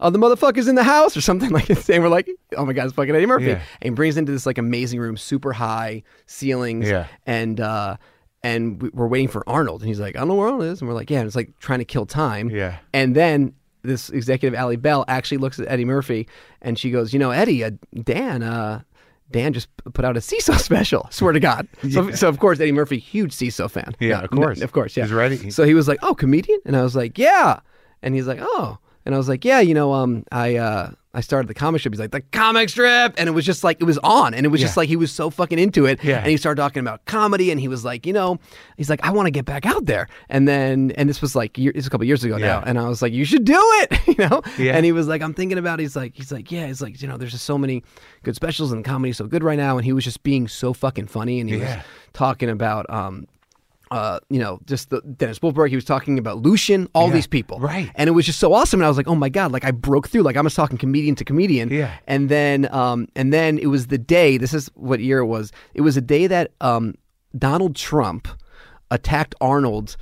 C: Oh, the motherfucker's in the house or something like that. And we're like, oh my God, it's fucking Eddie Murphy.
A: Yeah.
C: And he brings into this like amazing room, super high ceilings.
A: Yeah.
C: And, uh, and we- we're waiting for Arnold. And he's like, I don't know where Arnold is. And we're like, yeah. And it's like trying to kill time.
A: Yeah.
C: And then this executive, Ali Bell, actually looks at Eddie Murphy and she goes, You know, Eddie, uh, Dan, uh, Dan just p- put out a CISO special. Swear to God. So, so of course, Eddie Murphy, huge CISO fan.
A: Yeah,
C: No,
A: of course.
C: no, of course, yeah.
A: He's ready.
C: So he was like, "Oh, comedian," and I was like, "Yeah," and he's like, "Oh," and I was like, "Yeah, you know, um, I uh, I started the comic strip." He's like, "The comic strip," and it was just like it was on, and it was just like he was so fucking into it,
A: Yeah.
C: and he started talking about comedy, and he was like, you know, he's like, "I want to get back out there," and then and this was like year, this was a couple years ago now,
A: Yeah.
C: and I was like, "You should do it," you know,
A: Yeah.
C: and he was like, "I'm thinking about," it. he's like, he's like, "Yeah," he's like, you know, there's just so many good specials and comedy's so good right now, and he was just being so fucking funny, and he
A: Yeah.
C: was talking about um uh, you know, just the Dennis Wolfberg. He was talking about Lucian, all
A: Yeah,
C: these people,
A: right.
C: And it was just so awesome. And I was like, oh my god, like I broke through. Like I'm just talking comedian to comedian.
A: Yeah.
C: And then, um, and then it was the day. This is what year it was. It was a day that um, Donald Trump attacked Arnold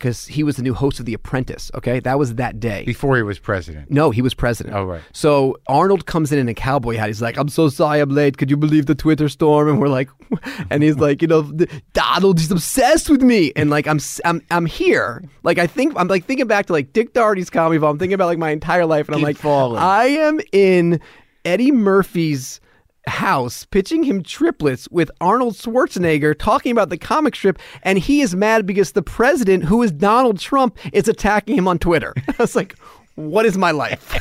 C: because he was the new host of The Apprentice. Okay, that was that day.
A: Before he was president.
C: No, he was president.
A: Oh, right.
C: So Arnold comes in in a cowboy hat. He's like, "I'm so sorry, I'm late. Could you believe the Twitter storm?" And we're like, and he's like, you know, "The- Donald, he's obsessed with me. And like, I'm, s- I'm, I'm here. Like, I think I'm like thinking back to like Dick Doherty's comedy. Vault. I'm thinking about like my entire life, and I'm
A: Keep
C: like,
A: falling.
C: I am in Eddie Murphy's. House pitching him triplets with Arnold Schwarzenegger talking about the comic strip, and he is mad because the president, who is Donald Trump, is attacking him on Twitter. I was like, "What is my life?"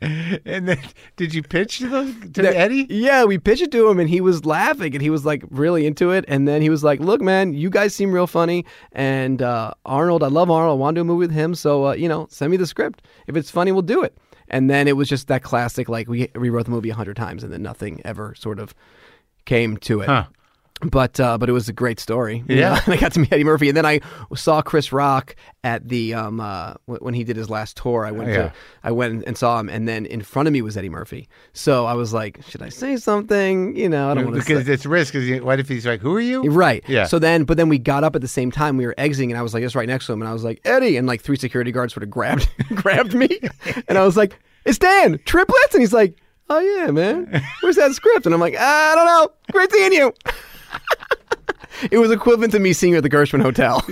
A: And then did you pitch to, those, to
C: that-
A: Eddie?
C: Yeah, we pitched it to him and he was laughing and he was like really into it. And then he was like, Look, man, you guys seem real funny. And uh, Arnold, I love Arnold. I want to do a movie with him. So, uh, you know, send me the script. If it's funny, we'll do it. And then it was just that classic like, we rewrote the movie a hundred times and then nothing ever sort of came to it.
A: Huh.
C: But uh, but it was a great story. you
A: Yeah.
C: know? and I got to meet Eddie Murphy, and then I saw Chris Rock at the um uh, wh- when he did his last tour. I went
A: Yeah.
C: to I went and saw him, and then in front of me was Eddie Murphy. So I was like, should I say something? You know, I don't want to
A: Because it's risk. Because what if he's like, "Who are you?"
C: Right.
A: Yeah.
C: So then, but then we got up at the same time. We were exiting, and I was like, just right next to him, and I was like, Eddie, and like three security guards sort of grabbed grabbed me, and I was like, it's Dan triplets, and he's like, oh yeah, man, where's that script? And I'm like, I don't know. Great seeing you. it was equivalent to me seeing you at the Gershwin Hotel.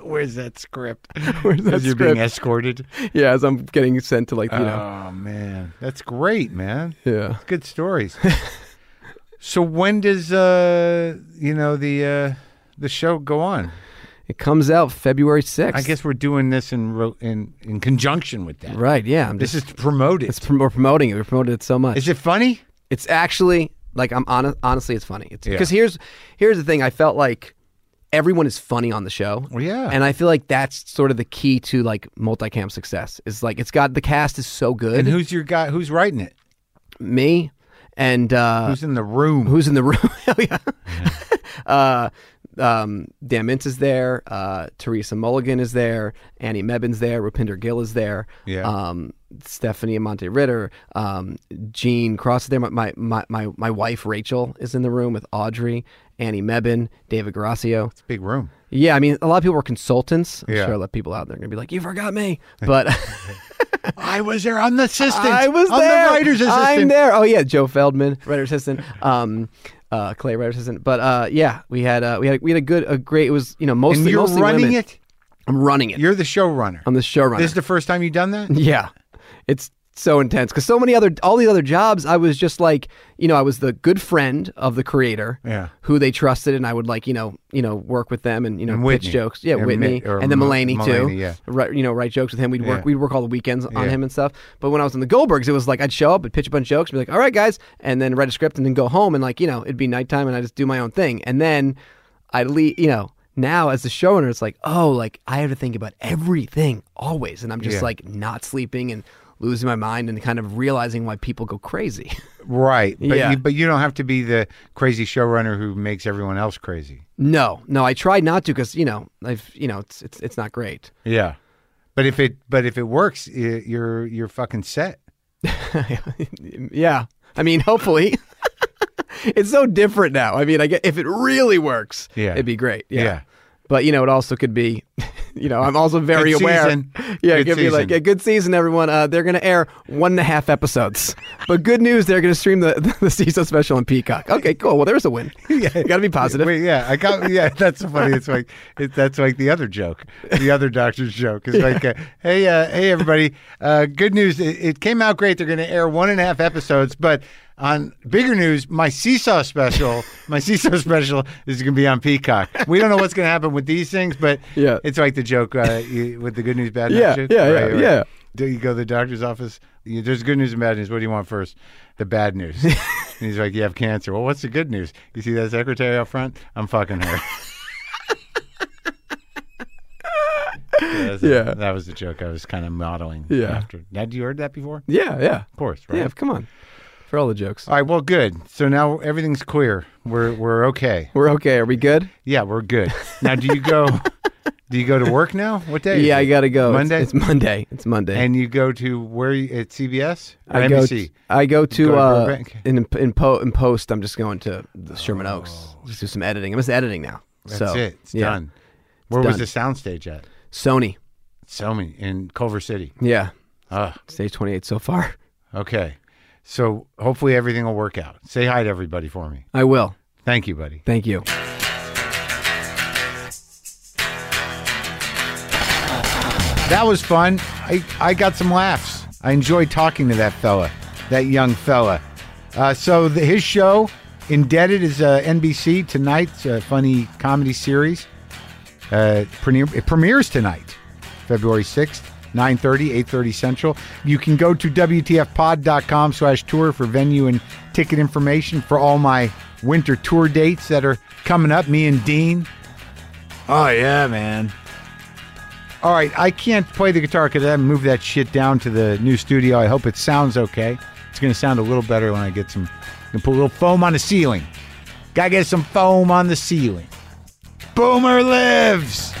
A: Where's that script?
C: where's that
A: As you're being
C: script?
A: escorted.
C: Yeah, as I'm getting sent to like you know.
A: Oh man, that's great, man.
C: Yeah.
A: Good stories. so when does uh you know the uh the show go on?
C: It comes out February sixth.
A: I guess we're doing this in ro- in in conjunction with that.
C: Right. Yeah. I'm just.
A: This is to promote it.
C: It's prom- we're promoting it. We promoted it so much.
A: Is it funny?
C: It's actually like I'm honest, honestly, it's funny. It's
A: Yeah.
C: because here's here's the thing. I felt like everyone is funny on the show.
A: Well, yeah.
C: and I feel like that's sort of the key to like multicam success. Is like it's got the cast is so good.
A: And who's your guy? Who's writing it?
C: me and uh,
A: Who's in the room?
C: who's in the room? Hell yeah.
A: Mm-hmm.
C: uh, um, Dan Mintz is there. Uh, Teresa Mulligan is there. Annie Mebbin's there. Rupinder Gill is there.
A: Yeah.
C: Um, Stephanie Monte Ritter. Um, Jean Cross is there. My, my, my, my, my wife, Rachel, is in the room with Audrey, Annie Mebbin, David Garasio.
A: Big room.
C: Yeah, I mean, a lot of people were consultants. I'm
A: Yeah.
C: sure a lot of people out there are going to be like, you forgot me. But.
A: I was there. I'm the assistant.
C: I was
A: I'm
C: there.
A: the writer's assistant.
C: I'm there. Oh yeah, Joe Feldman, writer assistant. Um, uh, Clay, writer assistant. But uh, yeah, we had uh, we had we had a good, a great. It was you know mostly
A: And you're
C: mostly
A: running
C: women.
A: it.
C: I'm running it.
A: You're the showrunner.
C: I'm the showrunner.
A: This is the first time you've done that?
C: Yeah. It's so intense because so many other all the other jobs I was just like you know I was the good friend of the creator
A: Yeah.
C: who they trusted and I would like you know you know work with them and you know
A: And
C: pitch
A: Whitney.
C: jokes yeah
A: And
C: Whitney
A: Mitt- or
C: and then
A: Mu-
C: Mulaney, too
A: Mulaney, yeah.
C: right you know write jokes with him we'd work
A: Yeah.
C: we'd work all the weekends on
A: Yeah.
C: him and stuff but when I was in the Goldbergs it was like I'd show up and pitch a bunch of jokes and be like all right guys and then write a script and then go home and like you know it'd be nighttime and I just do my own thing and then I'd leave you know now as the showrunner it's like oh like I have to think about everything always and I'm just
A: Yeah.
C: like like not sleeping and losing my mind and kind of realizing why people go crazy.
A: Right. But,
C: Yeah.
A: you, but you don't have to be the crazy showrunner who makes everyone else crazy.
C: no, no, I tried not to because you know I've you know it's it's it's not great.
A: Yeah. But if it but if it works, i- you're you're fucking set.
C: yeah, I mean hopefully. It's so different now. I mean, I get if it really works,
A: Yeah.
C: it'd be great. Yeah.
A: Yeah.
C: But you know, it also could be, you know, I'm also very
A: Good
C: aware.
A: season.
C: Yeah, it
A: Good
C: could be like
A: season.
C: a good season, everyone. Uh, they're going to air one and a half episodes, but good news, they're going to stream the the season special on Peacock. Okay, cool. Well, there's a win. Yeah, got to be positive.
A: Wait, yeah, I got. Yeah, that's funny. It's like it, that's like the other joke, the other doctor's joke. It's like, uh, hey, uh, hey, everybody, uh, good news. It, it came out great. They're going to air one and a half episodes, but on bigger news, my seesaw special, my seesaw special is going to be on Peacock. We don't know what's going to happen with these things, but
C: Yeah.
A: it's like the joke uh, you, with the good news, bad news.
C: Yeah,
A: shit.
C: yeah, yeah, yeah.
A: Do you go to the doctor's office? You, there's good news and bad news. What do you want first? The bad news. and he's like, "You have cancer." Well, what's the good news? You see that secretary up front? I'm fucking her. yeah, that's a-
C: Yeah.
A: that was the joke I was kind of modeling.
C: Yeah.
A: After. Had you heard that before?
C: Yeah, yeah.
A: Of course, right?
C: Yeah, come on. For all the jokes.
A: All right. Well, good. So now everything's clear. We're we're okay.
C: We're okay. Are we good?
A: Yeah, we're good. Now, do you go? do you go to work now? What day? is
C: yeah,
A: it?
C: I got to go. It's-
A: Monday?
C: It's, Monday. It's Monday.
A: And you go to where you- at CBS? Or
C: I go,
A: NBC?
C: t- I go to,
A: Go to
C: uh,
A: Burbank?
C: in, in, po- in post, I'm just going to the Sherman Oaks. Just do some editing. I'm just editing now.
A: Oh, That's
C: so,
A: it. It's
C: yeah.
A: done. Where was
C: done.
A: the soundstage at?
C: Sony.
A: So many in Culver City.
C: Yeah.
A: Ah,
C: Stage 28 so far.
A: okay. So hopefully everything will work out. Say hi to everybody for me.
C: I will.
A: Thank you, buddy.
C: Thank you.
A: That was fun. I, I got some laughs. I enjoyed talking to that fella, that young fella. Uh, so the, his show, Indebted, is uh, NBC tonight. It's a uh, funny comedy series. Uh, premiere, it premieres tonight, February 6th, 9.30, 8.30 Central. You can go to WTFpod.com slash tour for venue and ticket information for all my winter tour dates that are coming up. Me and Dean. Oh, yeah, man. All right, I can't play the guitar because I haven't moved that shit down to the new studio. I hope it sounds okay. It's going to sound a little better when I get some. Gonna put a little foam on the ceiling. Gotta get some foam on the ceiling. Boomer lives.